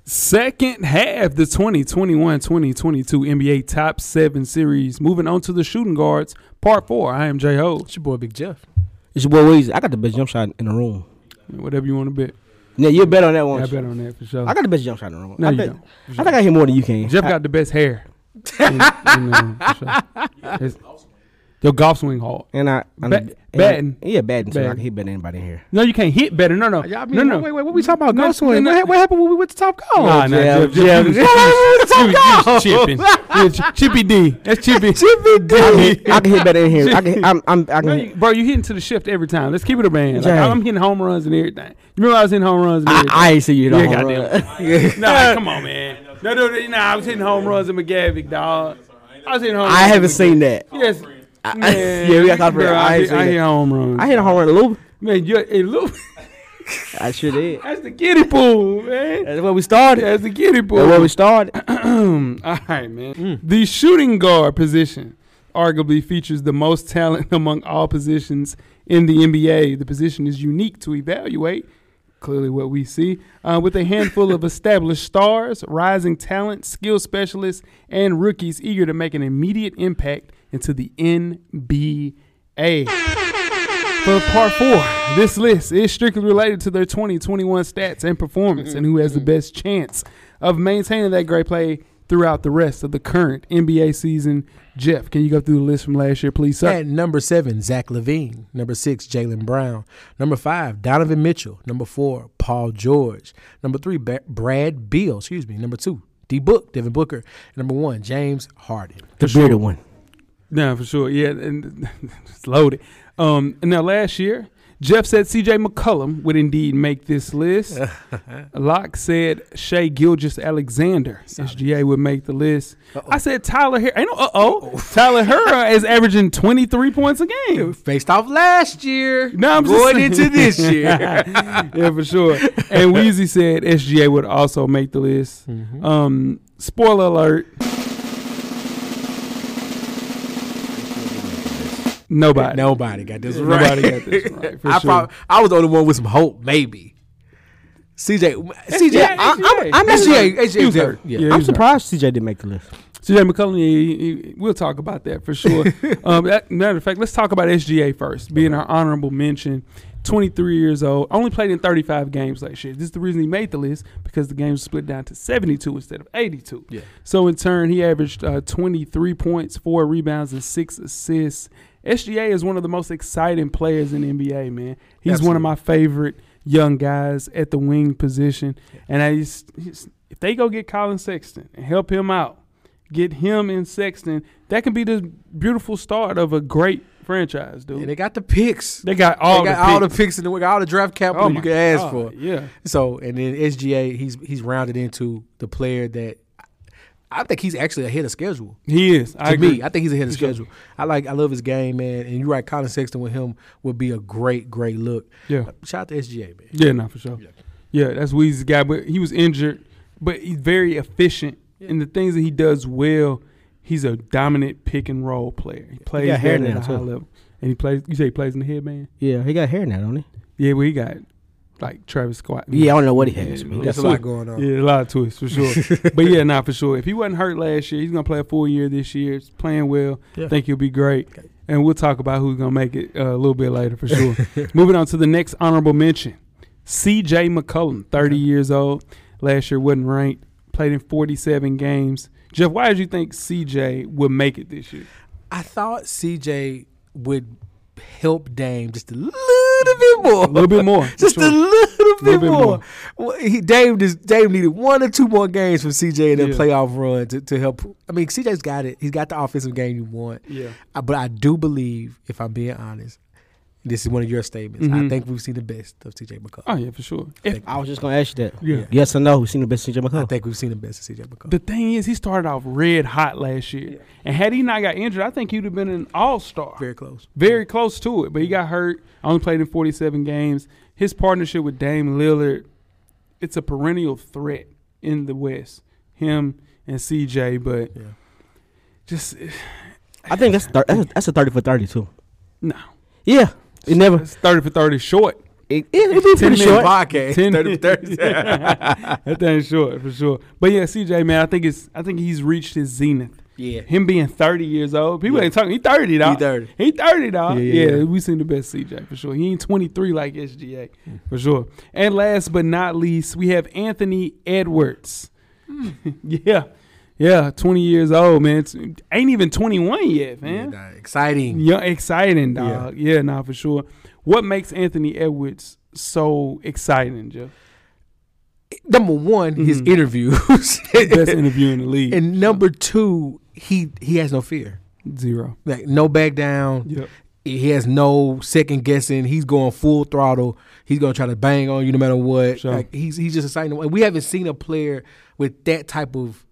D: Second half, the 2021 2022 NBA Top 7 Series. Moving on to the shooting guards, part four. I am J Ho.
E: It's your boy Big Jeff.
F: It's your boy Weezy. I got the best jump shot in the room.
D: Whatever you want to bet.
F: Yeah, you're better on that one.
D: I bet on that for sure.
F: I got the best jump shot in the room.
D: No,
F: I,
D: you
F: bet-
D: don't.
F: I think I hit more than you can.
D: Jeff
F: I-
D: got the best hair. in- in, uh, for sure. It's- Your golf swing hard.
F: and I and
D: Ba-
F: I- and-
D: batting.
F: Yeah, batting. So I
D: Batting.
F: can hit better than anybody in here.
D: No, you can't hit better. No, no.
E: I
D: no,
E: mean,
D: no.
E: Wait, wait, what we talking about?
D: No,
E: No, swing.
D: no.
E: What, ha- what happened when we went to Top Golf?
D: Nah, nah,
F: Jeff,
D: Jeff, Jeff, you was- you was- you was chipping. You was chi- Chippy D. That's Chippy. Chippy D.
F: I can hit, I can hit better in here. I can. I'm. I'm I
D: No,
F: can.
D: you- bro, you hitting to the shift every time. Let's keep it a band. Like,
F: Jay.
D: I'm hitting home runs and everything. You remember I was hitting home runs and
F: I,
D: everything?
F: I ain't see you.
D: Yeah,
F: hit a home run.
D: nah, come on, man. No, no, no, nah, I was hitting home runs in McGavick, dog. I was hitting home
F: I haven't seen that.
D: Yes. Man,
F: yeah, we got top
D: bro,
F: friend. I
D: I,
F: ain't
D: hit,
F: seen
D: I
F: that.
D: hit home runs.
F: I hit a home run in the loop.
D: man, you're hey, look,
F: I sure did.
D: that's the kiddie pool, man.
F: That's where we started.
D: That's the kiddie
F: That's where
D: pool.
F: we started.
D: All right, man. The shooting guard position arguably features the most talent among all positions in the NBA. The position is unique to evaluate, clearly what we see, uh, with a handful of established stars, rising talent, skill specialists, and rookies eager to make an immediate impact into the NBA. For part four, this list is strictly related to their 2021 stats and performance and who has the best chance of maintaining that great play throughout the rest of the current NBA season. Jeff, can you go through the list from last year, please, sir?
E: At number seven, Zach Levine. Number six, Jalen Brown. Number five, Donovan Mitchell. Number four, Paul George. Number three, Ba- Brad Beal. Excuse me. Number two, D Book, Devin Booker. Number one, James Harden.
F: The bearded one.
D: No, for sure. Yeah, and it's loaded. Um, and now last year, Jeff said C.J. McCullum would indeed make this list. Locke said Shea Gilgis Alexander, SGA would make the list. I said Tyler Hero. Ain't no uh oh. Tyler Hero is averaging twenty three points a game.
E: Faced off last year.
D: No, I'm just
E: going
D: saying.
E: into this year.
D: yeah, for sure. And Weezy said SGA would also make the list. Um, spoiler alert. Nobody.
E: Nobody got this right.
D: Nobody got this right. For
E: I,
D: sure.
E: prob- I was the only one with some hope, maybe. CJ, CJ,
D: yeah,
E: I,
D: SGA.
E: am I'm SGA. SGA,
D: He was hurt. Yeah,
E: yeah.
D: he
F: I'm
D: was hurt.
F: surprised CJ didn't make the list.
D: CJ McCollum, yeah, he- he- we'll talk about that for sure. um, that- matter of fact, let's talk about SGA first, being our honorable mention. 23 years old, only played in 35 games last year. This is the reason he made the list because the games split down to 72 instead of 82.
E: Yeah.
D: So in turn, he averaged uh, 23 points, four rebounds, and six assists. SGA is one of the most exciting players in the NBA, man. He's one of my favorite young guys at the wing position, and I just, he's- if they go get Colin Sexton and help him out, get him and Sexton, that can be the beautiful start of a great franchise, dude.
E: And they got the picks.
D: they got all
E: they got
D: the
E: all
D: picks.
E: the picks in the got all the draft capital
D: Oh my
E: you could ask
D: God,
E: for.
D: Yeah,
E: So and then SGA, he's he's rounded into the player that I think he's actually ahead of schedule.
D: he is.
E: To
D: I agree.
E: me, I think he's ahead of schedule. I like I love his game, man. And you're right, Colin Sexton with him would be a great, great look.
D: yeah.
E: Shout out to SGA, man.
D: Yeah, no, for sure. Yeah, that's Weezy's guy, but he was injured, but he's very efficient. And the things that he does well, He's a dominant pick and roll player. He plays
F: got hair
D: that at
F: now,
D: a high
F: too.
D: level, and he plays. You say he plays in the headband?
F: Yeah, he got hair now, don't he?
D: Yeah, well, he got like Travis Scott.
F: Yeah, I don't know what he has.
E: man,
F: but
E: There's a
F: that's-
E: lot going on.
D: Yeah, a lot to it for sure. but yeah, nah, for sure. If he wasn't hurt last year, he's gonna play a full year this year. He's playing well.
E: Yeah.
D: Think he'll be great.
E: Okay.
D: And we'll talk about who's gonna make it uh, a little bit later for sure. Moving on to the next honorable mention, C.J. McCollum, thirty years old. Last year wasn't ranked. Played in forty-seven games. Jeff, why did you think C.J. would make it this year?
E: I thought CJ would help Dame just a little bit more.
D: A little bit more. for
E: Just
D: sure.
E: a little bit,
D: Little bit
E: more. Well, He, Dame, just, Dame needed one or two more games from CJ in that
D: Yeah.
E: playoff run to, to help. I mean, CJ's got it. He's got the offensive game you want.
D: Yeah.
E: I, but I do believe, if I'm being honest, this is one of your statements. I
D: Mhm.
E: think we've seen the best of CJ McCollum.
D: Oh yeah, for sure. If,
F: I was just gonna ask you that.
D: yeah.
F: Yes or no? Who's seen the best CJ
E: I
F: McCollum?
E: think we've seen the best of CJ McCollum.
D: The thing is, he started off red hot last year, and had he not got injured, I think he'd have been an all star.
E: Very close.
D: very close to it, but he got hurt. Only played in 47 games. His partnership with Dame Lillard, it's a perennial threat in the West. Him and CJ, but
E: Yeah.
D: just eh,
F: I think that's thir- that's, that's a thirty for thirty too.
D: no.
F: Yeah, it never.
D: It's 30 for 30 short.
F: It it, it be pretty short.
E: podcast.
D: 10
E: 30, 30.
D: that thing's short for sure. But yeah, CJ man, I think it's I think he's reached his zenith.
E: Yeah.
D: Him being 30 years old, people
E: Yeah.
D: ain't talking. He 30 dog.
E: He 30.
D: He 30, dog.
E: Yeah,
D: Yeah,
E: yeah, yeah.
D: we seen the best CJ for sure. He ain't 23 like SGA for sure. And last but not least, we have Anthony Edwards.
E: Hmm.
D: yeah. Yeah, 20 years old, man. It's, ain't even 21 yet,
E: Yeah,
D: man.
E: nah, exciting.
D: Young, exciting, dog. Yeah, nah, for sure. What makes Anthony Edwards so exciting, Jeff?
E: Number one, his
D: Mhm.
E: interviews.
D: Best interview in the league.
E: and number two, he he has no fear.
D: Zero.
E: Like no back down.
D: Yep.
E: He has no second guessing. He's going full throttle. He's gonna try to bang on you no matter what.
D: Sure.
E: Like he's he's just exciting. And we haven't seen a player with that type of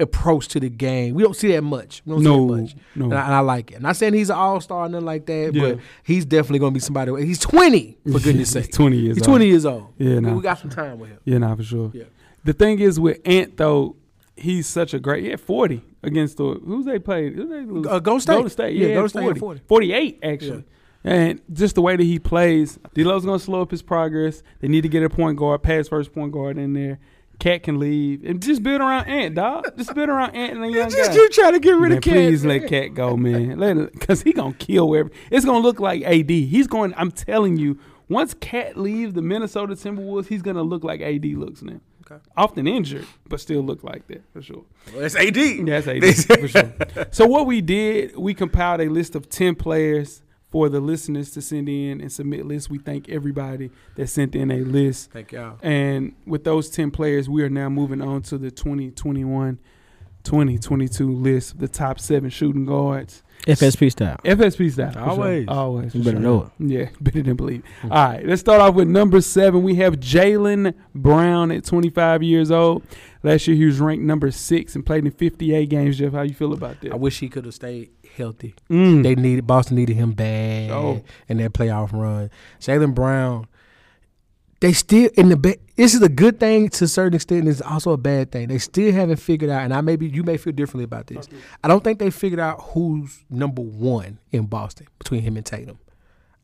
E: approach to the game. We don't see that much. We don't
D: No,
E: see that much.
D: no.
E: And, I, and I like it. not saying he's an all star or nothing like that,
D: Yeah.
E: but he's definitely gonna be somebody. He's twenty for goodness
D: He's
E: sake.
D: 20 years
E: He's
D: old.
E: twenty years old.
D: Yeah,
E: We-
D: nah,
E: we got some time with him.
D: Yeah, nah, for sure.
E: Yeah.
D: The thing is with Ant though, he's such a great. Yeah, forty against the who's they played. Who they lose?
E: Uh, Golden State.
D: Golden State.
E: Yeah,
D: Yeah,
E: Golden State
D: 40,
E: had 40.
D: 48 actually. And just the way that he plays, D'Lo's gonna slow up his progress. They need to get a point guard, pass first point guard in there. Cat can leave and just build around Ant, dog. Just build around Ant and the young guy.
E: trying to get
D: Man, please let Cat go, man. Let because he gonna kill every. It's gonna look like AD. He's going. I'm telling you, once Cat leaves the Minnesota Timberwolves, he's gonna look like AD looks now.
E: Okay.
D: Often injured, but still look like that for sure.
E: That's AD.
D: Yeah, that's AD for sure. So what we did, we compiled a list of ten players for the listeners to send in and submit lists. We thank everybody that sent in a list.
E: Thank y'all.
D: And with those 10 players, we are now moving on to the 2021 2022 list of the top seven shooting guards.
F: FSP style.
D: FSP style. for sure.
E: Always.
D: Always. for
F: You better
D: sure.
F: know it.
D: Yeah, better than believe. All right, let's start off with number seven. We have Jalen Brown at 25 years old. Last year he was ranked number six and played in 58 games. Jeff, how you feel about
E: I
D: that?
E: wish he could have stayed healthy.
D: Mm.
E: They needed Boston needed him bad
D: Oh.
E: in that playoff run. Jalen Brown, they still in the ba- this is a good thing to a certain extent. And it's also a bad thing. They still haven't figured out, and I maybe you may feel differently about this. I don't think they figured out who's number one in Boston between him and Tatum.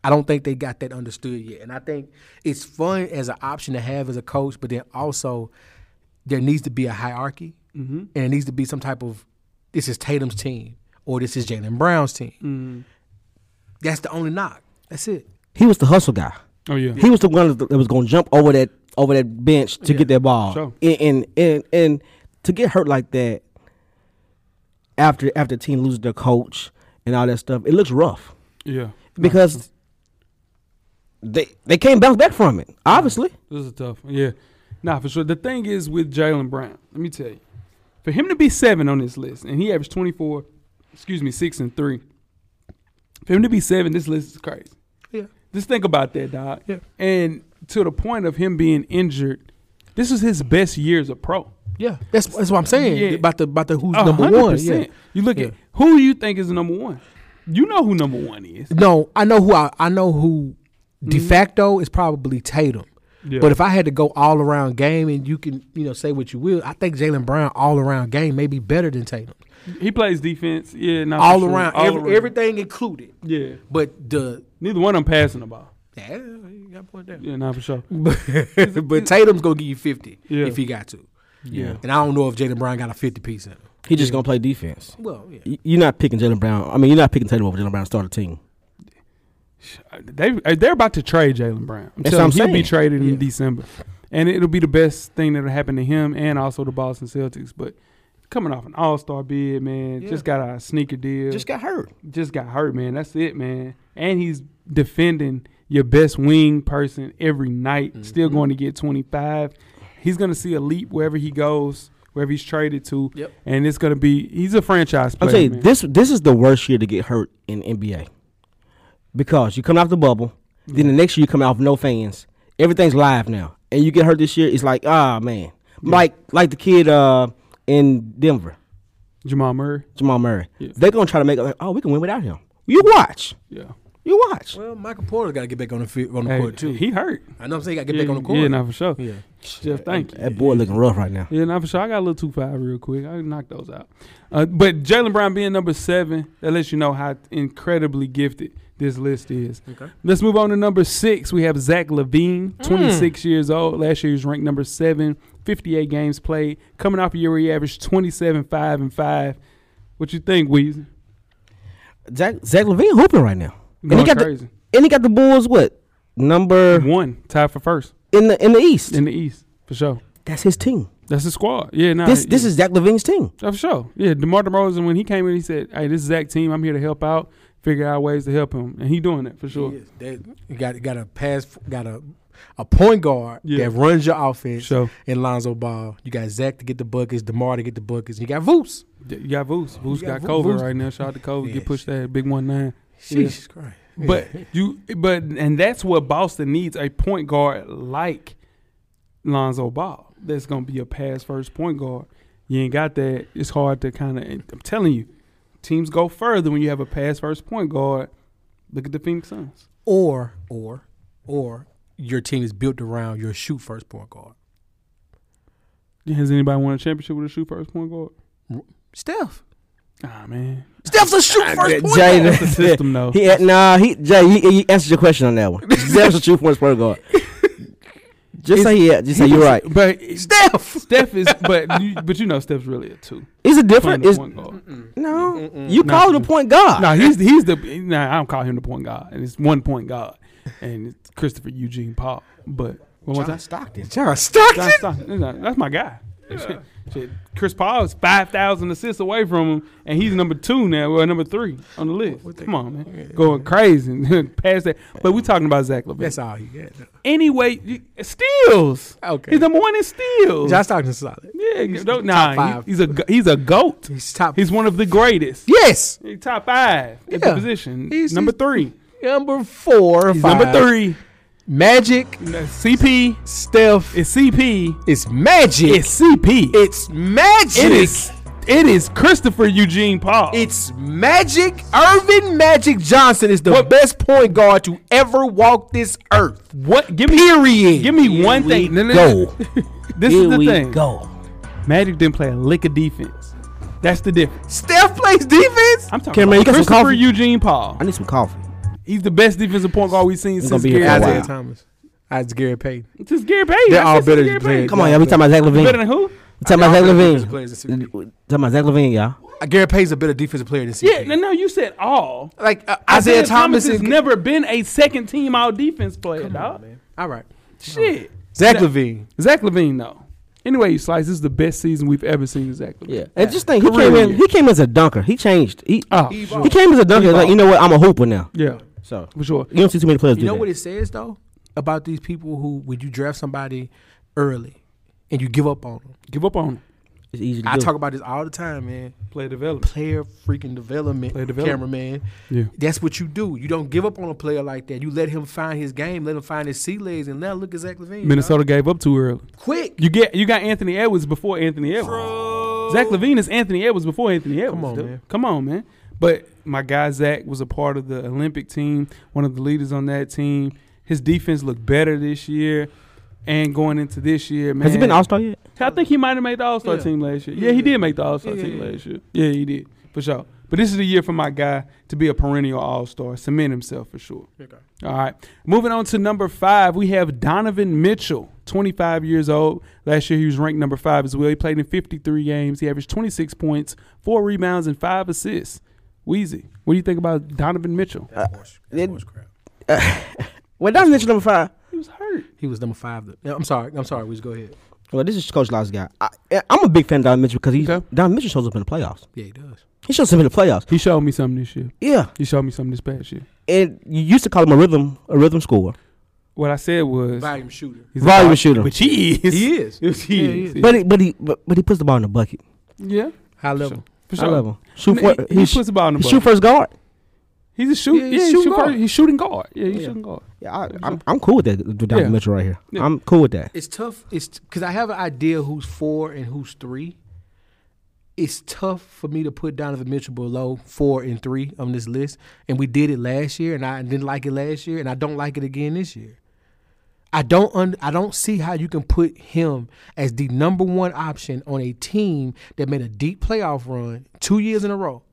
E: I don't think they got that understood yet, and I think it's fun as an option to have as a coach, but then also there needs to be a hierarchy and it needs to be some type of this is Tatum's team or this is Jalen Brown's team. That's the only knock. That's it.
F: He was the hustle guy.
D: Oh, yeah.
F: He was the one that was going to jump over that over that bench to get that ball.
D: Sure.
F: And, and and and to get hurt like that after after the team loses their coach and all that stuff, it looks rough
D: Yeah.
F: because they they can't bounce back from it. Obviously,
D: This is a tough one. Yeah. Nah, for sure. The thing is with Jalen Brown, let me tell you, for him to be seven on this list, and he averaged 24, excuse me, six and three, for him to be seven, this list is crazy.
E: Yeah.
D: Just think about that, dog.
E: Yeah.
D: And to the point of him being injured, this was his best year as a pro.
E: Yeah. That's that's what I'm saying.
D: Yeah.
E: About the about the who's
D: A
E: number
D: hundred
E: one. Yeah.
D: percent. You look
E: Yeah.
D: at who you think is the number one. You know who number one is.
E: No, I know who I, I know who de facto is probably Tatum.
D: Mm-hmm. Yeah.
E: But if I had to go all around game, and you can you know say what you will, I think Jalen Brown all around game may be better than Tatum.
D: He plays defense. Yeah, not
E: All around, every, everything included.
D: Yeah,
E: But the
D: neither one of them passing the ball.
E: yeah, you got a point there.
D: Yeah, not for sure.
E: But, but Tatum's gonna give you fifty
D: Yeah.
E: if he got to.
D: Yeah.
E: And I don't know if Jalen Brown got a fifty piece in him.
F: He just gonna play defense.
E: Well, yeah.
F: Y- You're not picking Jalen Brown. I mean, you're not picking Tatum over Jalen Brown to start a team.
D: They uh, they're about to trade Jalen Brown. I'm
F: That's
D: telling
F: what
D: you,
F: I'm
D: he'll be
F: saying.
D: traded in December, and it'll be the best thing that'll happen to him and also the Boston Celtics. But coming off an All Star bid, man, just got a sneaker deal.
F: Just got hurt.
D: just got hurt, man. That's it, man. And he's defending your best wing person every night.
E: Mm-hmm.
D: Still going to get 25. He's going to see a leap wherever he goes, wherever he's traded to.
E: Yep.
D: And it's going to be he's a franchise
F: I'm
D: player.
F: telling you,
D: man.
F: this this is the worst year to get hurt in NBA because you come out the bubble, then the next year you come out with no fans. Everything's live now, and you get hurt this year. It's like, ah, man, like like the kid uh, in Denver,
D: Jamal Murray.
F: Jamal Murray.
D: Yeah.
F: They're gonna try to make it like, oh, we can win without him. You watch,
D: Yeah.
F: you watch.
E: Well, Michael Porter got to get back on the fi- on the
D: Hey,
E: court too.
D: He hurt.
E: I know I'm saying he got to get
D: yeah,
E: back on the court.
D: yeah, nah, for sure.
E: Yeah.
D: Jeff, thank you.
F: That boy looking rough right now.
D: Yeah, nah, for sure. I got a little two five real quick. I knocked those out. Uh, but Jalen Brown being number seven, that lets you know how incredibly gifted this list is.
E: Okay.
D: Let's move on to number six. We have Zach Levine,
F: Mm.
D: 26 years old. Last year he was ranked number seven, 58 games played. Coming off a year where he averaged 27, 5, and 5. What you think, Weezy?
F: Zach Zach Levine hooping right now, and
D: Going
F: he got
D: crazy.
F: the and he got the Bulls what number
D: One, tied for first
F: in the in the East.
D: in the East, for sure.
F: That's his team.
D: That's the squad. Yeah, nah,
F: This this
D: yeah.
F: is Zach Levine's team.
D: Oh, for sure. Yeah, DeMar DeRozan, when he came in, he said, hey, this is Zach team. I'm here to help out, figure out ways to help him. And he doing it, for sure.
E: Yes, that- you got got a pass, got a a point guard
D: Yeah.
E: that runs your offense.
D: Sure.
E: And Lonzo Ball, you got Zach to get the buckets, Demar to get the buckets, and you got Voops.
D: You got Voos. Voos
E: You
D: got,
E: got Voo-
D: COVID
E: Vooch.
D: right now. Shout out to COVID.
E: Yeah.
D: Get pushed that big one nine.
E: Jesus Christ!
D: But you, but and that's what Boston needs a point guard like Lonzo Ball. That's gonna be a pass first point guard. You ain't got that. It's hard to kind of. I'm telling you, teams go further when you have a pass first point guard. Look at the Phoenix Suns.
E: Or or or your team is built around your shoot first point guard,
D: Has anybody won a championship with a shoot first point guard?
E: Steph.
D: Ah man,
E: Steph's a shoot first point
F: Jay,
E: guard.
D: the system, though.
F: He had, nah, he Jay, you, you answered your question on that one. That's a true point point guard. Just say yeah, just say you're right.
D: But
E: Steph.
D: Steph is, but you, but you know Steph's really a two.
F: Is
D: Playing
F: it different?
D: the
F: Is
D: point guard.
F: no, you call it a point guard.
D: No, he's he's the nah, I don't call him the point guard. And it's one point guard. And it's Christopher Eugene Paul. But one more time.
F: Stockton.
E: John Stockton.
D: John Stockton. Nah, That's my guy. Shit, shit. Chris Paul is five thousand assists away from him, and he's number two now, or number three on the list. Come on, man, going crazy, past that. But we're talking about Zach Levine.
E: That's all he got.
D: Anyway, you- steals.
E: Okay.
D: he's number one in steals.
E: John Stockton's solid.
D: yeah,
E: he's
D: no,
E: top
D: nah, he-
E: five.
D: he's a go- he's a goat.
E: He's top.
D: He's one of the greatest.
E: yes.
D: He's top five at the
E: Yeah.
D: position.
E: He's-
D: number
E: he's-
D: three.
E: Number four. or
D: He's
E: five.
D: number three.
E: Magic.
D: CP.
E: Steph.
D: It's CP.
E: It's magic.
D: It's CP.
E: It's magic.
D: it is. It is Christopher Eugene Paul.
E: It's magic. Irvin Magic Johnson is the
D: What-
E: best point guard to ever walk this earth.
D: what? Give me.
E: Period.
D: Give me one thing. No, no, no.
F: Go.
D: This
F: Here
D: is the
F: we
D: thing.
F: go.
D: Magic didn't play a lick of defense. That's the difference.
E: Steph plays defense.
D: I'm talking about
F: Cameron, you got some
D: Christopher
F: coffee?
D: Eugene Paul.
F: I need some coffee.
D: He's the best defensive point guard we've seen
F: gonna
D: since
F: be here
D: Gary,
F: for a Wow.
E: Isaiah
D: Payton.
F: while.
E: Thomas. That's Gary Payton.
D: Since Gary Payton.
E: They're
D: That's
E: all
D: since
E: better
D: Gary
E: than
D: Payton.
E: players.
F: Come on, y'all. We talking about Zach Levine. We
D: Better than
F: talking
D: who?
F: about Zach
E: Y'all better
F: Levine.
E: than players this
F: We Talking about Zach Levine, y'all.
E: Uh, Gary Payton's a better defensive player than CP.
D: Yeah, no, no, you said all.
E: Like uh, Isaiah, Thomas,
D: has
E: is.
D: never been a second team all defense player, dog.
E: all right.
D: Shit.
E: Zach
D: No.
E: Levine.
D: Zach Levine, though. Anyway, you slice. This is the best season we've ever seen. Zach Levine.
F: Yeah, and just think, he came
D: Career
F: in.
D: year.
F: He came as a dunker. He changed. He
D: Oh,
F: he
D: sure.
F: came as a dunker. Like you know what? I'm a hooper now.
D: Yeah,
F: So
D: for sure.
F: you don't see too many players
E: You
F: do
E: know
F: that.
E: what it says though about these people who when you draft somebody early and you give up on them.
D: Give up on him.
F: it's easy to
E: I
F: do.
E: talk about this all the time, man.
D: Player development.
E: Player freaking development,
D: Player development.
E: cameraman.
D: Yeah.
E: That's what you do. You don't give up on a player like that. You let him find his game, let him find his sea legs, and now look at Zach Levine.
D: Minnesota gave up too early.
E: dog. quick.
D: You get you got Anthony Edwards before Anthony Edwards. Zach Levine is Anthony Edwards before Anthony Edwards.
E: on,
D: dude.
E: man.
D: Come on, man. But my guy Zach was a part of the Olympic team, one of the leaders on that team. His defense looked better this year. and going into this year, man.
F: Has he been All Star yet?
D: I think he might have made the All Star
E: Yeah.
D: team last year. Yeah, he did make the All Star
E: Yeah,
D: team
E: yeah, yeah.
D: last year. Yeah, he did for sure. But this is the year for my guy to be a perennial All Star, cement himself for sure.
E: Okay.
D: All right. Moving on to number five, we have Donovan Mitchell, 25 years old. Last year he was ranked number five as well. He played in 53 games. He averaged 26 points, four rebounds, and five assists. Wheezy, what do you think about Donovan Mitchell?
E: That horse, that
F: it-
E: horse crap.
F: Well, that was Mitchell number five.
D: He was hurt.
E: He was number five. th- Yeah, I'm sorry. I'm sorry. We just go ahead.
F: Well, this is Coach Law's guy. I, I'm a big fan of Don Mitchell because he
D: Okay.
F: Don Mitchell shows up in the playoffs.
E: Yeah, he does.
F: He shows up in the playoffs.
D: He showed me something this year.
F: Yeah,
D: He showed me something this past year.
F: and you used to call him a rhythm a rhythm scorer.
D: What I said was
E: Volume shooter.
D: he's
F: Volume
D: about-
F: shooter.
D: But he is.
E: He is.
D: Yes, he
E: Yeah, he
D: is.
E: is.
F: But he, but he but, but he puts the ball in the bucket.
D: Yeah.
E: High
D: For
E: level.
D: sure. For
F: I
D: sure.
F: love him. Shoot
D: He-
F: for,
D: he puts the ball in the
F: he
D: bucket.
F: Shoot first guard.
D: He's a shoot.
E: Yeah,
D: Yeah,
E: he's
D: he's,
E: shooting
D: shooting guard.
E: guard.
D: He's shooting guard. Yeah, he's
F: Yeah.
D: shooting guard.
F: Yeah, I, I'm I'm cool with that with Don
D: Yeah.
F: Mitchell right here.
D: Yeah.
F: I'm cool with that.
E: It's tough. It's because I have an idea who's four and who's three. It's tough for me to put Donovan Mitchell below four and three on this list, and we did it last year, and I didn't like it last year, and I don't like it again this year. I don't un- I don't see how you can put him as the number one option on a team that made a deep playoff run two years in a row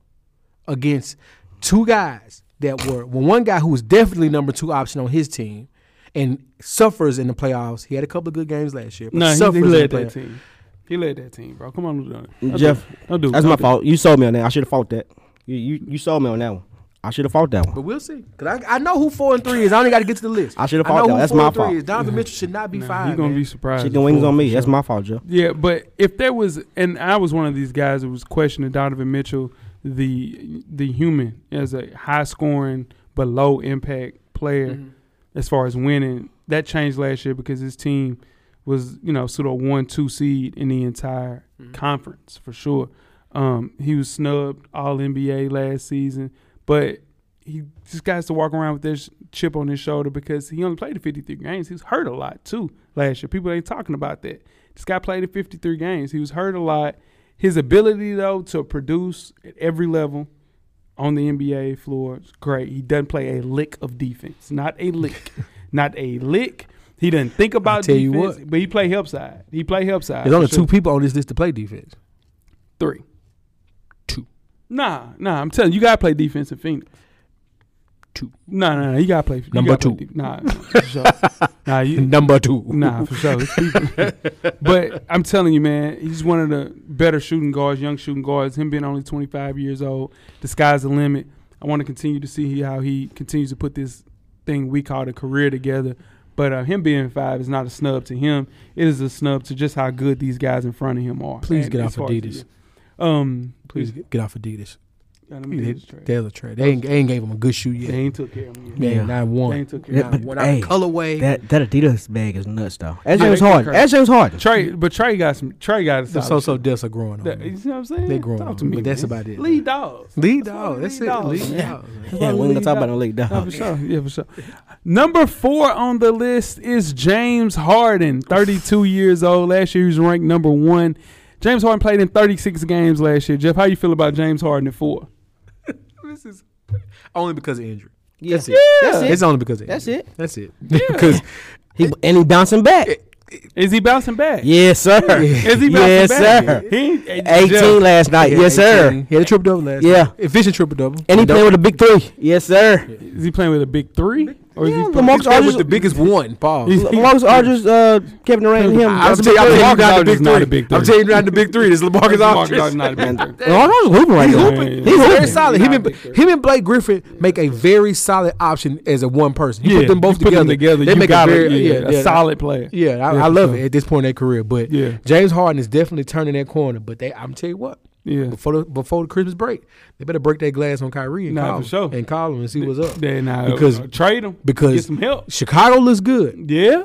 E: against two guys that were well, one guy who was definitely number two option on his team and suffers in the playoffs. He had a couple of good games last year, but
D: No, he,
E: suffers
D: he
E: in the
D: led that
E: playoffs.
D: team. He led that team, bro. Come on, don't do it. Don't
F: Jeff,
D: do it. don't do it.
F: That's
D: Don't
F: my
D: do it.
F: fault. You sold me on that. I should have fought that. You you, you sold me on that one. I should have fought that
E: But
F: one.
E: we'll see. Cause I, I know who four and three is. I only got to get to the list.
F: I should've
E: know
F: fought that.
E: who
F: That's
E: four
F: my
E: and three
F: fault.
E: is. Donovan Mitchell should not be five.
D: You're gonna
E: man.
D: be surprised.
F: Chicken wings
D: for-
F: on me.
D: for
F: That's
D: sure.
F: my fault, Jeff.
D: Yeah, but if there was, and I was one of these guys that was questioning Donovan Mitchell, the the human as a high scoring but low impact player, as far as winning, that changed last year because his team was you know sort of one two seed in the entire conference for sure. Um, he was snubbed All NBA last season, but he just got to walk around with this chip on his shoulder because he only played the 53 games. He was hurt a lot too last year. People ain't talking about that. This guy played in 53 games. He was hurt a lot. His ability though to produce at every level on the NBA floor is great. He doesn't play a lick of defense. Not a lick. Not a lick. He doesn't think about
E: tell you
D: defense.
E: what.
D: But he play help side. He play help side.
E: There's only
D: for sure.
E: two people on this list to play defense.
D: three.
E: Two.
D: Nah, nah. I'm telling you, you gotta play defense in Phoenix.
E: Two.
D: Nah, nah, nah. You gotta play. you
E: Number
D: gotta play
E: two.
D: def- nah, nah, for sure. nah, you,
E: Number two.
D: nah, for sure. It's people. but I'm telling you, man, he's one of the better shooting guards, young shooting guards. Him being only 25 years old, the sky's the limit. I want to continue to see how he continues to put this thing we call the career together. But uh, him being five is not a snub to him. It is a snub to just how good these guys in front of him are.
E: Please
D: And
E: get
D: as
E: off
D: far as-
E: Adidas.
D: Um,
E: Please get, get off Adidas.
D: Yeah, them
E: They,
D: Adidas trash.
E: they're the trade. They ain't, they ain't gave him a good shoe
D: They
E: yet.
D: ain't took care of him yet.
E: Man,
F: Yeah.
E: not
D: They
E: one.
D: ain't took care
E: Not
D: of him.
E: one. Not
F: hey,
E: a colorway.
F: That that Adidas bag is nuts though. That's
D: Yeah,
F: James
D: they
F: Harden.
D: crazy.
F: That's James Harden.
D: Trey, but Trey got some. Trey got a
E: the
D: solid.
E: so-so deaths are growing on.
D: that,
E: man.
D: you see what I'm saying?
E: They growing
D: Talk to
E: on,
D: me.
E: but that's
D: man.
E: about it.
D: Lead dogs.
E: Lead
D: That's why
E: dog.
D: we
E: That's
D: lead
E: it.
D: dogs.
E: Lead
D: Yeah.
E: dog.
F: Yeah, we ain't gonna talk about no leg
D: Yeah,
F: down.
D: for sure. Yeah, for sure. Number four on the list is James Harden, 32 years old. Last year he was ranked number one. James Harden played in 36 games last year. Jeff, how you feel about James Harden at four?
E: This is only because of injury.
F: Yes,
E: That's it. It's only because of
F: That's
E: injury.
F: it.
E: That's it. Because
F: He and he bouncing back.
D: Is he bouncing back?
F: Yes, sir.
D: Is he bouncing
F: yes,
D: back?
F: sir.
D: He ain't- hey,
F: Eighteen
D: Jeff,
F: last night. yes, sir.
E: He had a triple double last.
F: Yeah.
E: night. efficient triple double.
F: And he played with a big three. Yes, sir.
D: Is he playing with a big three? Or
F: Yeah,
D: is he
F: Lamar-
E: He's played with
F: Aldridge-
E: the biggest one. Paul.
D: He's-
F: Marcus Aldridge, uh, Kevin Durant, and him.
E: I'm
F: That's a
E: telling you,
F: big three.
E: I'm telling you, not the
D: Aldridge
E: big
D: is not a
E: three.
D: big
E: I'm
D: three.
E: telling you, not the big three. This is Lamarcus
D: Marcus
E: Aldridge.
D: Aldridge not a big three.
F: Lamar Aldridge was hooping right
E: He's
F: there.
E: hooping.
D: yeah,
E: He's
D: yeah.
E: very
D: He's
E: solid. Him
D: not
E: and,
D: big three.
E: him and Blake Griffin make a very solid option as a one person. You
D: Yeah,
E: put them both
D: you put
E: together.
D: them together.
E: They
D: you
E: make
D: got
E: a very
D: yeah, a
E: yeah,
D: solid player.
E: Yeah, I,
D: Yeah,
E: I
D: for
E: love
D: sure.
E: it at this point in their career. But
D: Yeah.
E: James Harden is definitely turning that corner. But they, I'm tell you what,
D: Yeah.
E: before the, before the Christmas break, they better break that glass on Kyrie and
D: Nah,
E: call
D: for sure.
E: him, and call him and see what's up.
D: Then I
E: Because-
D: because uh, trade him
E: because-
D: get some help.
E: Chicago looks good.
D: Yeah,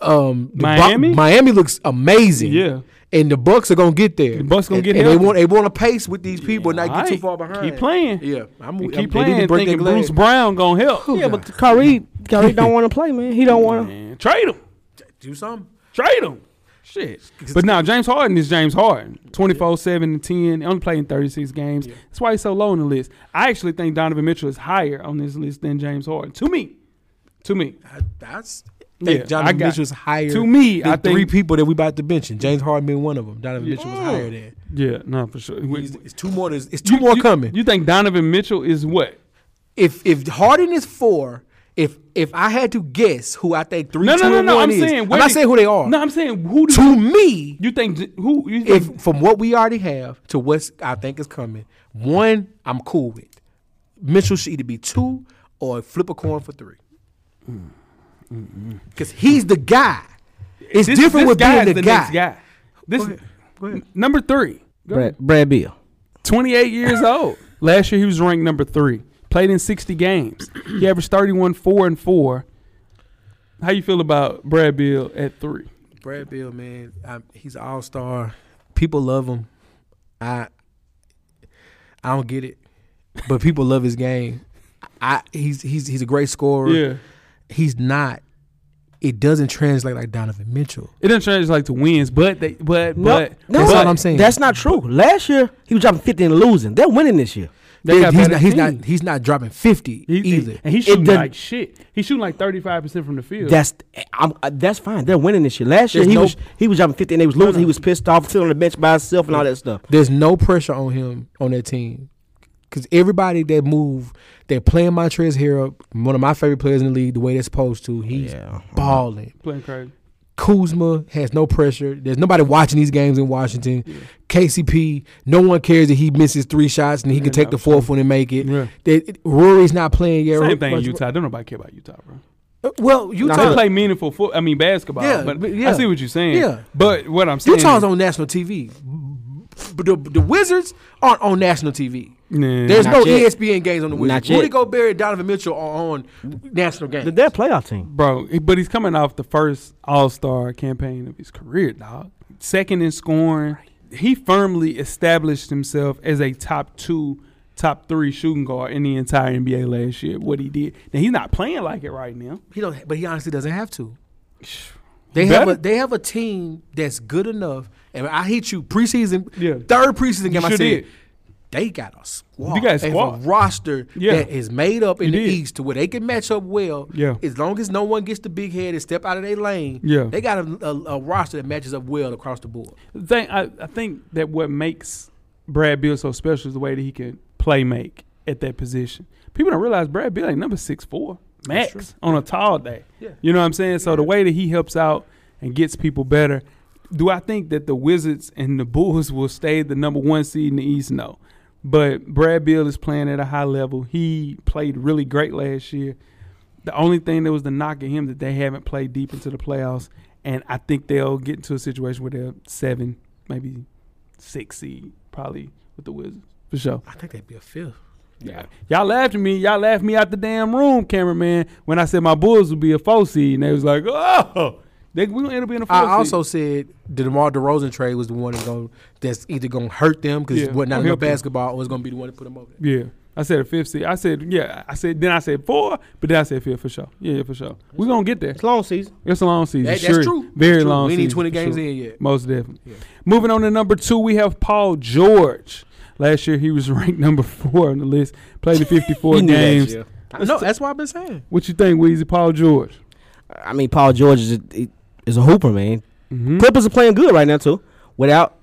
E: Um, the Bu-
D: Miami?
E: Miami looks amazing.
D: Yeah.
E: and the Bucks are gonna get there.
D: The Bucks gonna
E: And-
D: get
E: and they
D: healthy.
E: want they want to pace with these people and not get too
D: Alright.
E: far behind.
D: Keep playing.
E: Yeah, I'm,
D: And
E: I'm-
D: keep
E: they need to
D: playing.
E: break that
D: Thinking Bruce
E: glass.
D: Brown gonna help. uh,
F: Yeah, but Kyrie, Kyrie don't want to play, man. He don't want to.
D: Man, trade him.
E: Do something.
D: Trade him. Shit. But now James Harden is James Harden. 24 7 and 10. Only playing 36 games. That's why he's so low on the list. I actually think Donovan Mitchell is higher on this list than James Harden. To me. To me.
E: I, that's think
D: Yeah, I
E: Jonathan
D: got-
E: Mitchell was higher
D: to me,
E: than
D: I think-
E: three people that we about to mention. James Harden being one of them. Jonathan Mitchell was higher than.
D: Yeah, no, for sure.
E: It's, it's two more. It's, it's two more
D: you,
E: coming.
D: You think Donovan Mitchell is what?
E: if if Harden is four, if if I had to guess who I think three,
D: No,
E: two,
D: no, no,
E: and
D: no.
E: one
D: I'm
E: is,
D: saying
E: I'm
D: where
E: not
D: did-
E: saying who they are.
D: No, I'm saying who do
E: to me,
D: you think who you think
E: if from what we already have to what's I think is coming, one I'm cool with. Mitchell should either be two or flip a coin for three, because he's the guy. It's
D: this,
E: different
D: this
E: with
D: guy
E: being
D: is
E: the,
D: the
E: guy.
D: next guy? This
E: Go ahead. Go ahead.
D: number three.
F: Brad, Brad Bill.
D: 28 years old. Last year he was ranked number three. Played in 60 games. He averaged 31, four and four. How you feel about Brad Bill at three?
E: Brad Bill, man, I, he's an all star. People love him. I I don't get it, but people love his game. I he's he's he's a great scorer.
D: Yeah,
E: He's not. It doesn't translate like Donovan Mitchell.
D: it doesn't translate like to wins, but they, but but
E: That's
D: but
E: all I'm saying.
F: That's not true. Last year he was dropping 50 and losing. They're winning this year.
D: They got
E: he's
D: better
E: not, he's not
D: teams.
E: he's not dropping fifty
D: He- he-
E: either.
D: and he's
F: It
D: shooting
F: doesn't-
D: like shit. He's shooting like 35 percent from the field.
F: That's I'm, uh, that's fine. They're winning this year. Last year
E: There's
F: he
E: no-
F: was he was dropping 50 and they was losing. He was pissed off, sitting on the bench by himself and all that stuff.
E: There's no pressure on him on that team. Cause everybody that move, they're playing Montrez Harrell, one of my favorite players in the league, the way they're supposed to. He's
F: Yeah.
E: balling.
D: playing crazy.
E: Kuzma has no pressure. There's nobody watching these games in Washington. KCP, no one cares that he misses three shots and he can take the fourth one and make it.
D: Yeah.
E: They- Rury's not playing yet.
D: Same thing in Utah. Don't nobody care about Utah, bro.
E: Well,
D: They
E: Utah,
D: play meaningful foot. I mean basketball.
E: Yeah,
D: but
E: but- yeah.
D: I see what you're saying.
E: Yeah.
D: but what I'm saying,
E: Utah's on national TV. But the, the Wizards aren't on national TV.
D: Nah.
E: There's
F: Not
E: no E
F: yet.
E: ESPN games on the
F: Not
E: Wizards.
F: yet.
E: Rudy Gobert and Donovan Mitchell are on national games.
F: They're a playoff team.
D: bro. But he's coming off the first All Star campaign of his career, dog. Second in scoring, he firmly established himself as a top two, top three shooting guard in the entire NBA last year. What he did. Now he's not playing like it right now.
E: He don't, but he honestly doesn't have to. They
D: better.
E: have a they have a team that's good enough. And I hit you preseason,
D: Yeah.
E: third preseason game. I
D: sure
E: said
D: did.
E: they got a squad.
D: You got a
E: They have
D: squad.
E: roster
D: Yeah.
E: that is made up in
D: You
E: the
D: did.
E: East to where they can match up well.
D: Yeah.
E: as long as no one gets the big head and step out of their lane.
D: Yeah.
E: they got a, a, a roster that matches up well across the board.
D: The thing I, I think that what makes Brad Bill so special is the way that he can play make at that position. People don't realize Brad Bill ain't number six four max on a tall day.
E: Yeah.
D: You know what I'm saying? So the way that he helps out and gets people better, do I think that the Wizards and the Bulls will stay the number one seed in the East? No. But Brad Bill is playing at a high level. He played really great last year. The only thing that was the knock at him that they haven't played deep into the playoffs, and I think they'll get into a situation where they're seven, maybe six seed, probably with the Wizards for sure.
E: I think that'd be a fifth.
D: Yeah, y'all laughed at me. Y'all laughed me out the damn room, cameraman, when I said my Bulls would be a four seed, and they was like, "Oh, they, we gonna end up being a four
E: I
D: seed."
E: also said the DeMar DeRozan trade was the one that's going that's either going to hurt them because
D: Yeah.
E: it's what
D: Or
E: not enough
D: help them.
E: basketball, or it's going to be the one that put them over. There.
D: yeah, I said a fifth seed. I said yeah. I said then I said four, but then I said fifth for sure. Yeah, for sure. We gonna get there.
F: It's long season.
D: It's a long season.
E: That- that's
D: sure.
E: true.
D: Very
E: That's true.
D: long
E: We ain't
D: season.
E: even 20
D: for
E: games
D: sure.
E: in yet.
D: Most definitely. Moving on to number two, we have Paul George. Last year he was ranked number four on the list. Played in 54
F: He knew that
D: games.
F: year.
E: No, that's what I've been saying.
D: What you think, Weezy? Paul George.
F: I mean, Paul George is a, is a hooper, man.
D: Mm-hmm.
F: Clippers are playing good right now too. Without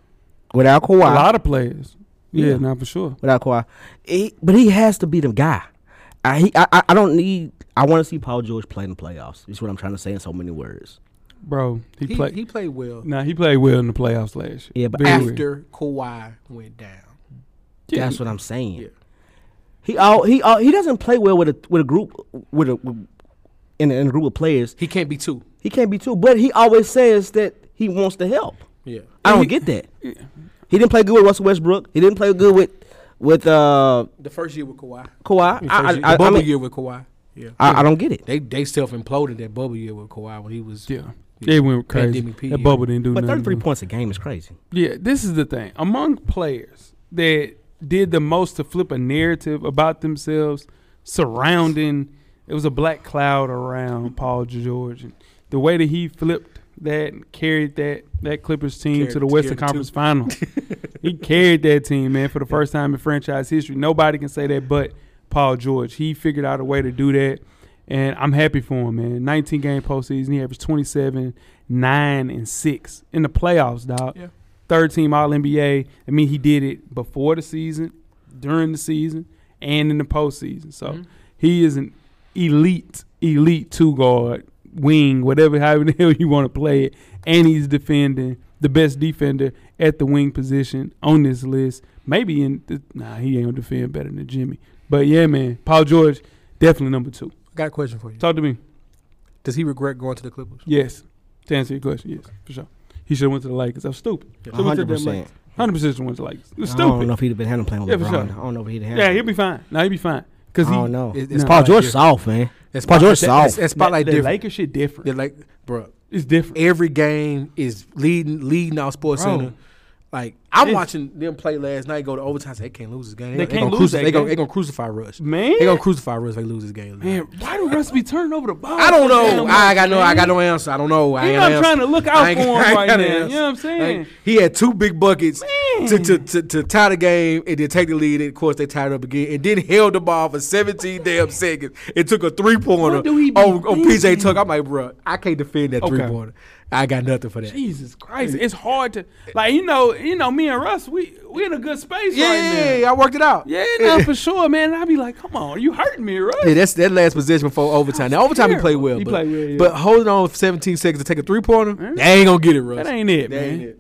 F: without
D: A
F: Kawhi,
D: lot of players. Yeah,
F: Yeah.
D: not for sure.
F: without Kawhi, He- but he has to be the guy. I he, I, I- I don't need. I want to see Paul George play in the playoffs. Is what I'm trying to say in so many words.
D: Bro, he,
E: He,
D: played.
E: he played well
D: nah, he played well in the playoffs last year.
F: Yeah, but
D: Very well.
E: after Kawhi went down.
D: Yeah,
F: That's what I'm saying.
E: Yeah.
F: He all he all, he doesn't play well with a with a group with a with- in a, in a group of players.
E: He can't be two.
F: He can't be too. But he always says that he wants to help.
E: Yeah.
F: I don't get that. He didn't play good with Russell Westbrook. He didn't play good with with uh,
E: The first year with Kawhi.
F: Kawhi.
E: The
F: I,
E: first year-
F: I, I,
E: the
F: I,
E: bubble
F: mean,
E: year with Kawhi. Yeah.
F: I, I don't get it.
E: They they self imploded that bubble year with Kawhi when he was
D: yeah. They went crazy.
E: Pandemic P,
D: That
E: yeah.
D: bubble didn't do
F: But
D: nothing.
F: 33 points a game is crazy.
D: Yeah, this is the thing. Among players that did the most to flip a narrative about themselves surrounding it was a black cloud around Paul George and the way that he flipped that and carried that that Clippers team to
E: Carried-
D: the Western
E: carried two.
D: Conference Final. he carried that team, man, for the first time in franchise history. Nobody can say that but Paul George. He figured out a way to do that. And I'm happy for him, man. 19 game postseason, he averaged 27, nine and six in the playoffs, dog.
E: Yeah.
D: Third team All NBA. I mean, he did it before the season, during the season, and in the postseason. So
E: Mhm.
D: he is an elite, elite two guard, wing, whatever, however the hell you want to play it. And he's defending the best defender at the wing position on this list. Maybe in the, nah, he ain't gonna defend better than Jimmy. But yeah, man, Paul George definitely number two.
E: I got a question for you.
D: Talk to me.
E: Does he regret going to the Clippers?
D: Yes, to answer your question, yes, for sure. He should have went to the Lakers. I'm stupid.
E: Yeah.
D: Should've went to
F: hundred
D: the
F: percent.
D: Hundred percent went to like
F: I
D: it's
F: don't know
D: stupid.
F: if he'd have been handling playing with
D: Yeah, for
F: LeBron.
D: sure.
F: I don't know if he'd have.
D: Yeah, he'll be fine. No, he'll be fine. Cause
F: I
D: he,
F: don't know.
E: It's,
D: No.
F: Paul
E: spotlight
F: George
E: different.
F: soft man.
E: It's
F: Paul George
E: spotlight-
F: soft.
E: It's, it's spotlight
D: the
E: different.
D: Lakers shit different.
E: They're like, bro,
D: it's different.
E: every game is leading leading our sports
D: Bro.
E: center. Like I'm
D: It's-
E: watching them play last night, go to overtime. Say they can't lose this game.
D: They can't
E: gonna
D: lose
E: cruci-
D: that
E: they Gonna,
D: game.
E: they gonna crucify Russ.
D: man,
E: They gonna crucify Russ if they lose this game.
D: man, why do Russ be turning over the ball?
E: I
D: so
E: don't know.
D: damn
E: I
D: much,
E: got no. I
D: man?
E: got no answer. I don't know. I
D: You
E: ain't
D: know,
E: got
D: I'm
E: no
D: trying
E: answer.
D: to look
E: I
D: out
E: ain't-
D: for him
E: I ain't
D: right
E: got
D: now.
E: an
D: You
E: answer.
D: know what I'm saying?
E: Like, he had two big buckets to,
D: Man.
E: to, to, to tie the game and then take the lead. And of course, they tied it up again and then held the ball for 17 damn seconds. It took a three pointer
D: What do we
E: on,
D: be
E: on PJ
D: thinking?
E: Tuck. I'm like, bro, I can't defend that
D: Okay.
E: three pointer. I got nothing for that.
D: Jesus Christ, it's hard to like you know you know me and Russ we we in a good space
E: Yeah,
D: right now.
E: I worked it out.
D: Yeah, no, for sure, man. I'd be like, come on, you hurting me, Russ?
E: Yeah, that's that last possession before overtime. Now overtime he played well,
D: He
E: but,
D: played well, yeah.
E: but holding on for 17 seconds to take a three pointer, they ain't gonna get it, Russ.
D: That ain't it,
E: That
D: man.
E: ain't it.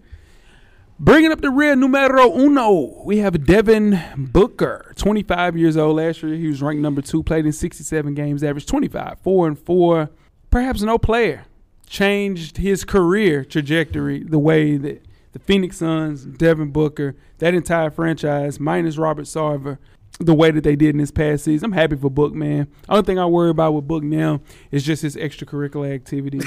D: Bringing up the rear numero uno, we have Devin Booker, 25 years old. Last year, he was ranked number two, played in 67 games, averaged 25, four and four. Perhaps no player changed his career trajectory the way that the Phoenix Suns, Devin Booker, that entire franchise, minus Robert Sarver, the way that they did in this past season. I'm happy for Book, man. Only thing I worry about with Book now is just his extracurricular activity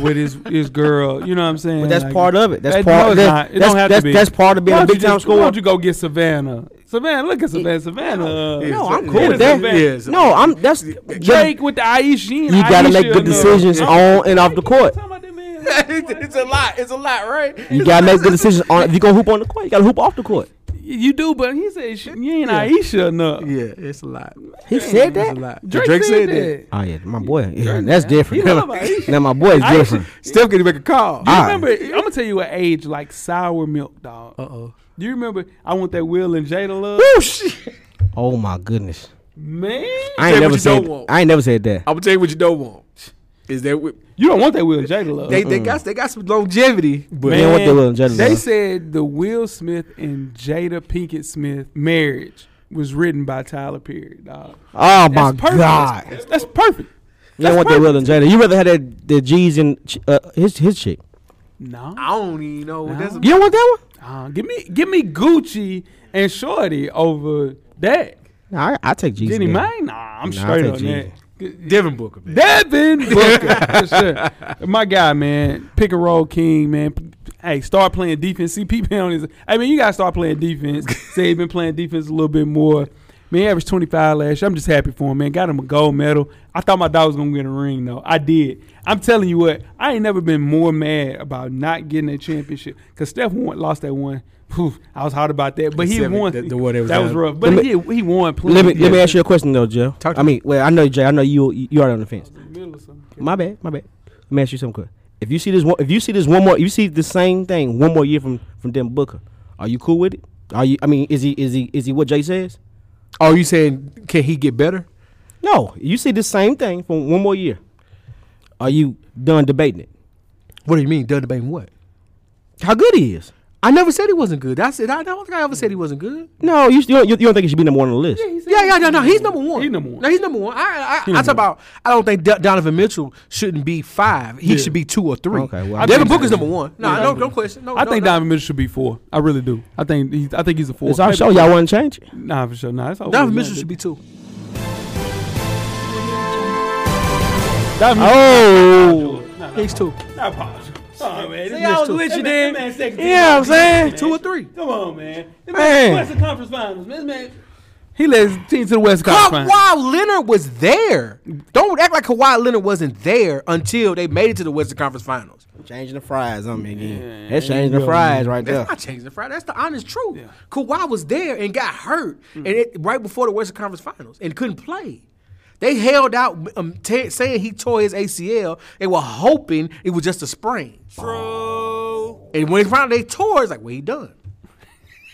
D: with his his girl. You know what I'm saying?
F: But that's
D: Like-
F: part of it. That's
D: that-
F: part.
D: no,
F: of
D: it's not. It
F: that's,
D: don't have
F: that's,
D: to be.
F: That's part of being
D: Why
F: a
D: don't you
F: big time
D: just- Why
F: scorer.
D: don't you go get Savannah? Savannah, look at Savannah. Savannah. uh,
E: Yeah,
F: No,
E: so-
F: I'm cool
E: yeah,
F: with
E: so-
F: that.
D: Savannah.
E: yeah, so-
F: No, I'm. That's
D: Drake with the Aisha. and
F: You gotta
D: Aisha
F: make
D: and
F: good
D: uh, the-
F: decisions
D: Yeah.
F: on and off the court.
D: Talking about that man.
E: it's a lot. It's a lot, right?
F: You gotta make good decisions on. If you go hoop on the court, you gotta hoop off the court.
D: You do, but he said she- you ain't Aisha enough.
E: Yeah, it's a lot.
F: He said
E: It's
F: that.
E: a lot.
D: Drake, said, that.
F: Oh yeah, my boy. Yeah, that's different.
D: He love Aisha.
F: now my boy is
D: Aisha-
F: different.
E: Steph can make a call.
F: Ah.
D: Remember, I'm gonna tell you an age like sour milk, dog.
E: Uh-oh.
D: Do you remember? I want that Will and Jada love,
F: Oh my goodness.
D: man.
F: I
E: Say
F: ain't
E: what
F: never
E: you
F: said.
E: don't want. Oh,
F: I ain't never said that.
E: I'm gonna tell you what you don't want is that we,
D: You don't want that Will and Jada love.
E: they they got they got some longevity, but
F: Man, what the Will and Jada
D: they
F: love.
D: said the Will Smith and Jada Pinkett Smith marriage was written by Tyler Perry, dog.
F: Oh
D: That's
F: my
D: perfect.
F: god.
D: That's, that's perfect.
F: You don't want that Will and Jada. You rather have that the G's and ch- uh, his his chick.
D: No,
E: I don't even know. what That's
F: You don't want that one?
D: uh, give me give me Gucci and Shorty over that.
F: Nah, I, I take G's.
D: Jenny
F: again.
D: Mine? Nah, I'm
F: Nah,
D: straight
F: I'll
D: on
F: take
D: that.
E: Devin Booker, man.
D: Devin Booker, for sure. my guy, man, pick and roll king, man. Hey, start playing defense. CP been on his. I mean, you gotta start playing defense. Say he been playing defense a little bit more. Man, he averaged 25 last year. I'm just happy for him, man. Got him a gold medal. I thought my dog was gonna win a ring, though. I did. I'm telling you what, I ain't never been more mad about not getting a championship. Cause Steph won, lost that one. Phew, I was hot about that, but he
E: Seven,
D: won.
E: the- the one that was
D: that was
E: down.
D: rough, but
F: Let
D: he, he won. Plenty.
F: Let me let me ask you a question though, Joe.
E: Talk to
F: I
E: me.
F: mean, well, I know Jay. I know you you already on the fence.
D: you.
F: My bad, my bad. Let me ask you something quick. If you see this one, if you see this one more, you see the same thing one more year from from Devin Booker. Are you cool with it? Are you? I mean, is he is he is he what Jay says?
E: Are Oh, you saying can he get better?
F: No, you see the same thing from one more year. Are you done debating it?
E: What do you mean, done debating what?
F: How good he is?
E: I never said he wasn't good. I said I don't think I ever said he wasn't good.
F: No, you, you don't you don't think he should be number one on the list?
E: Yeah, yeah, no, no. He's number one.
D: He's number one.
E: No, he's number one. I, I, I
D: number
E: talk about. I don't think Do- Donovan Mitchell shouldn't be five. He
D: Yeah.
E: should be two or three.
F: Okay,
E: Okay,
F: well,
E: well,
F: I
E: Devin
D: think-
E: Booker's number one. No,
D: Yeah.
E: no, no question. No,
D: I
E: no,
D: think
E: no.
D: Donovan Mitchell should be four. I really do. I think he's, I think he's a four.
F: It's our
D: Maybe-
F: show. Y'all want to change it?
D: Nah, for sure. Nah, that's always-
E: Donovan Mitchell should be two.
D: Donovan
F: Oh,
E: He's two.
D: Not possible. Oh man, this
F: I was
D: too-
F: with
D: that
F: you
D: man-
F: then.
D: that man second team.
F: yeah, I'm saying.
E: Two or three.
D: Come on, man. This
F: Man.
D: Western Conference Finals. This man, he led his team to the West Conference. Finals.
E: Kawhi Leonard was there. Don't act like Kawhi Leonard wasn't there until they made it to the Western Conference Finals.
F: Changing the fries on me again. That's
D: there you
F: changing the
D: go,
F: fries right
E: That's
F: there.
E: not changing the Friday. That's the honest truth. Mm. Kawhi was there and got hurt, and it, right before the Western Conference Finals, and couldn't play. They held out um, te- saying he tore his ACL. They were hoping it was just a sprain. True. And when it found out they tore, it's like, well, he done.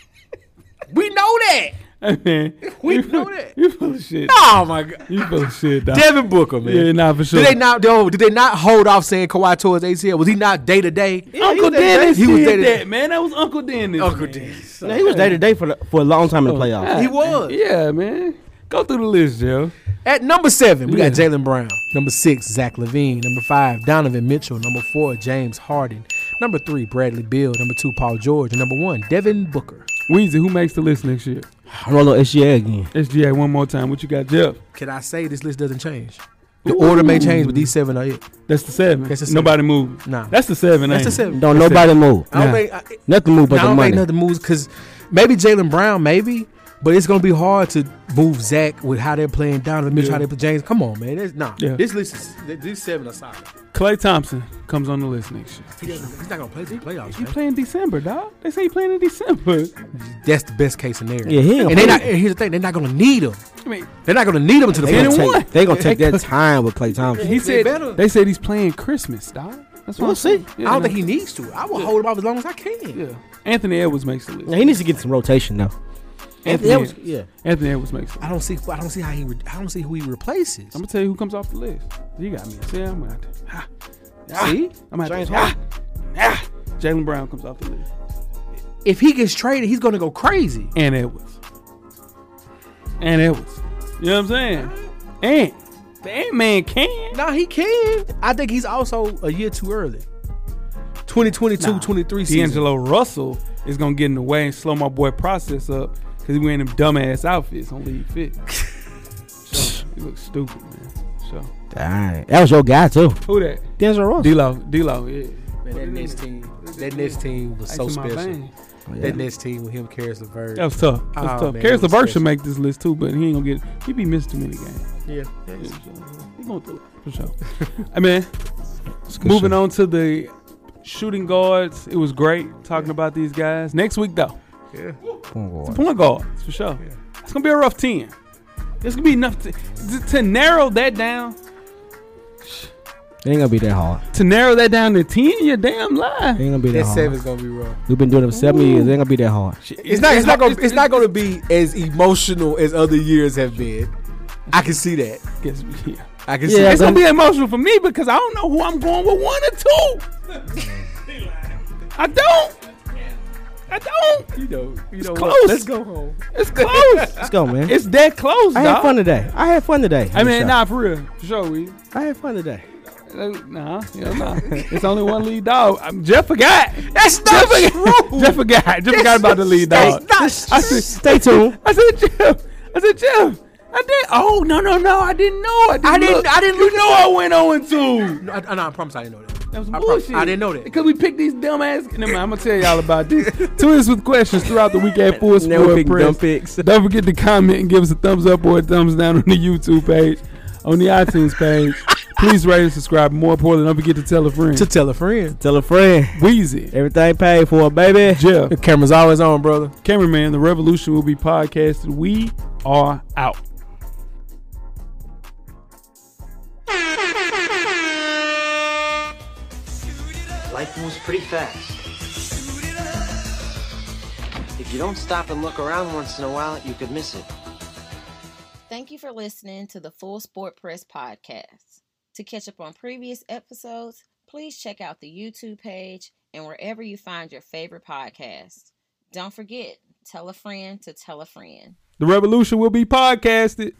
E: we know that.
D: man,
E: We
D: you,
E: know that.
D: You full of shit.
E: Oh my god.
D: You full of shit, dog.
E: Devin Booker, man.
D: Yeah, nah, for sure.
E: Did they not? Though, did they not hold off saying Kawhi tore his ACL? Was he not day to day?
D: Uncle Dennis
E: He
D: he
E: was
D: did
E: day-to-day.
D: that, man. That was Uncle Dennis.
E: Uncle
D: man.
E: Dennis.
F: Now, he was day to day for the, for a long time in the playoffs.
E: He was.
D: Oh, Yeah, man. Go through the list, Joe.
E: At number seven, we got
D: Yeah.
E: Jalen Brown. Number six, Zach Levine. Number five, Donovan Mitchell. Number four, James Harden. Number three, Bradley Bill. Number two, Paul George. And number one, Devin Booker.
D: Weezy, who makes the list next year?
F: Rolo SGA again.
D: SGA, one more time. What you got, Jeff?
E: Can I say this list doesn't change? The order may change, but these seven are it.
D: That's the seven.
E: That's the seven.
D: Nobody moved.
E: Nah.
D: That's the seven.
E: That's the
D: ain't it?
E: seven.
F: Don't nobody move.
E: I
D: Nah.
E: don't think I,
F: Nothing move but
E: I
F: the
E: don't
F: money.
E: think nothing moves because maybe Jalen Brown, maybe, but it's gonna be hard to move Zach with how they're playing Donovan Mitchell,
D: Yeah.
E: how they play James. Come on, man. That's, nah,
D: Yeah.
E: this list is th- these seven are solid.
D: Clay Thompson comes on the list next year.
E: He doesn't- he's not gonna play the playoffs.
D: You
E: man.
D: play in December, dog. They say you playing in December.
E: That's the best case scenario.
F: Yeah, he ain't
E: and they
F: gonna
E: not.
F: play.
E: And here's the thing: they're not gonna need him.
D: I mean,
E: They're not gonna need him to the
F: They
E: point.
F: gonna,
D: And
F: take,
D: what?
F: they gonna take
D: They
F: that time with Clay Thompson.
D: he
E: They
D: said.
E: better.
D: They said he's playing Christmas, dog. That's what
F: We'll
D: I'm saying.
F: see.
E: I
D: Yeah,
E: don't
D: man.
E: think he needs to. I will hold him off as long as I can.
D: Yeah. Anthony Edwards makes the list.
F: Now, he needs to get some rotation though.
D: Anthony
F: Edwards-
D: Edwards.
F: yeah.
D: Anthony Edwards makes the
E: I
D: list.
E: don't see. I don't see how he. Re, I don't see who he replaces.
D: I'm gonna tell you who comes off the list. You got me. See, I'm gonna have to. Ah,
E: see,
D: I'm gonna have
F: James
D: to. Ah, ah. Jalen Brown comes off the list.
E: if he gets traded, he's gonna go crazy.
D: And Edwards. And Edwards. You know what I'm saying? And the Ant Man can.
E: No, he can. I think he's also a year too early. 2022, 23 season.
D: D'Angelo Russell is gonna get in the way and slow my boy process up because he wearing them dumbass outfits on league fit. so, he looks stupid, man. So
F: Dang. That was your guy too.
D: who that?
F: Denzel Ross.
D: D-Lo, D-Lo, yeah.
E: Man, that Nets team, that Nets team was
D: Ice
E: so
D: in my
E: special.
D: vein.
E: That Nets team with him, Karis LeVert.
D: That was tough. That was
E: Oh,
D: tough.
E: man,
D: Karis
E: it was
D: LeVert should
E: special.
D: make this list too, but he ain't gonna get. He be missing too many games.
E: yeah.
D: Yeah, so He gonna do it for sure. I mean, moving on to the shooting guards. It was great talking about these guys. Next week though, point guards for sure. It's gonna be a rough ten. It's gonna be enough to, to, to narrow that down.
F: It ain't gonna be that hard.
D: To narrow that down to ten, you're damn
F: It
D: lie.
F: ain't gonna be that,
E: That seven's
F: hard.
E: gonna be rough.
F: We've been doing it for seven
D: Ooh.
F: years. It ain't gonna be that hard.
E: It's not. It's not gonna. It's not gonna be as emotional as other years have been. I can see that.
D: Guess, yeah.
E: I can see.
F: Yeah,
E: that.
D: It's gonna be emotional for me because I don't know who I'm going with one or two. I don't. I don't.
E: You know. You know.
D: close.
E: What? Let's go home.
D: It's close.
F: Let's go, man.
D: it's that close.
F: I
D: dawg.
F: had fun today. I had fun today.
D: I mean,
F: Michelle.
D: nah, for real, for sure. We,
F: I had fun today.
D: like, nah, yeah, nah. it's only one lead dog. Um, Jeff forgot.
E: That's not
D: Jeff
E: true.
D: forgot. Jeff forgot. Jeff forgot about the lead dog.
E: That's
D: I
E: not.
D: said,
F: Stay tuned.
D: I said, Jeff. I said, Jeff. I did. Oh no, no, no! I didn't know. I didn't.
E: I didn't-
D: Look.
E: I didn't look
D: You
E: at
D: know, I went on two.
E: No, I, no, I promise I didn't know that.
D: That was
E: I prob-
D: bullshit.
E: I didn't know that.
D: because we picked these dumb ass. Never mind, I'm gonna tell y'all about this. Tune us with questions throughout the week at Full
F: Now we're
D: Sport
F: picking dumb
D: Press.
F: picks.
D: Don't forget to comment and give us a thumbs up or a thumbs down on the YouTube page, on the iTunes page. Please rate and subscribe. More importantly, don't forget to tell a friend.
E: To tell a friend.
F: Tell a friend.
D: Wheezy,
F: Everything paid for, baby.
D: Jeff,
E: The camera's always on, brother.
D: cameraman, the revolution will be podcasted. We are out.
A: Life moves pretty fast. If you don't stop and look around once in a while, you could miss it.
C: Thank you for listening to the Full Sport Press podcast. To catch up on previous episodes, please check out the YouTube page and wherever you find your favorite podcast. Don't forget, tell a friend to tell a friend.
D: The revolution will be podcasted.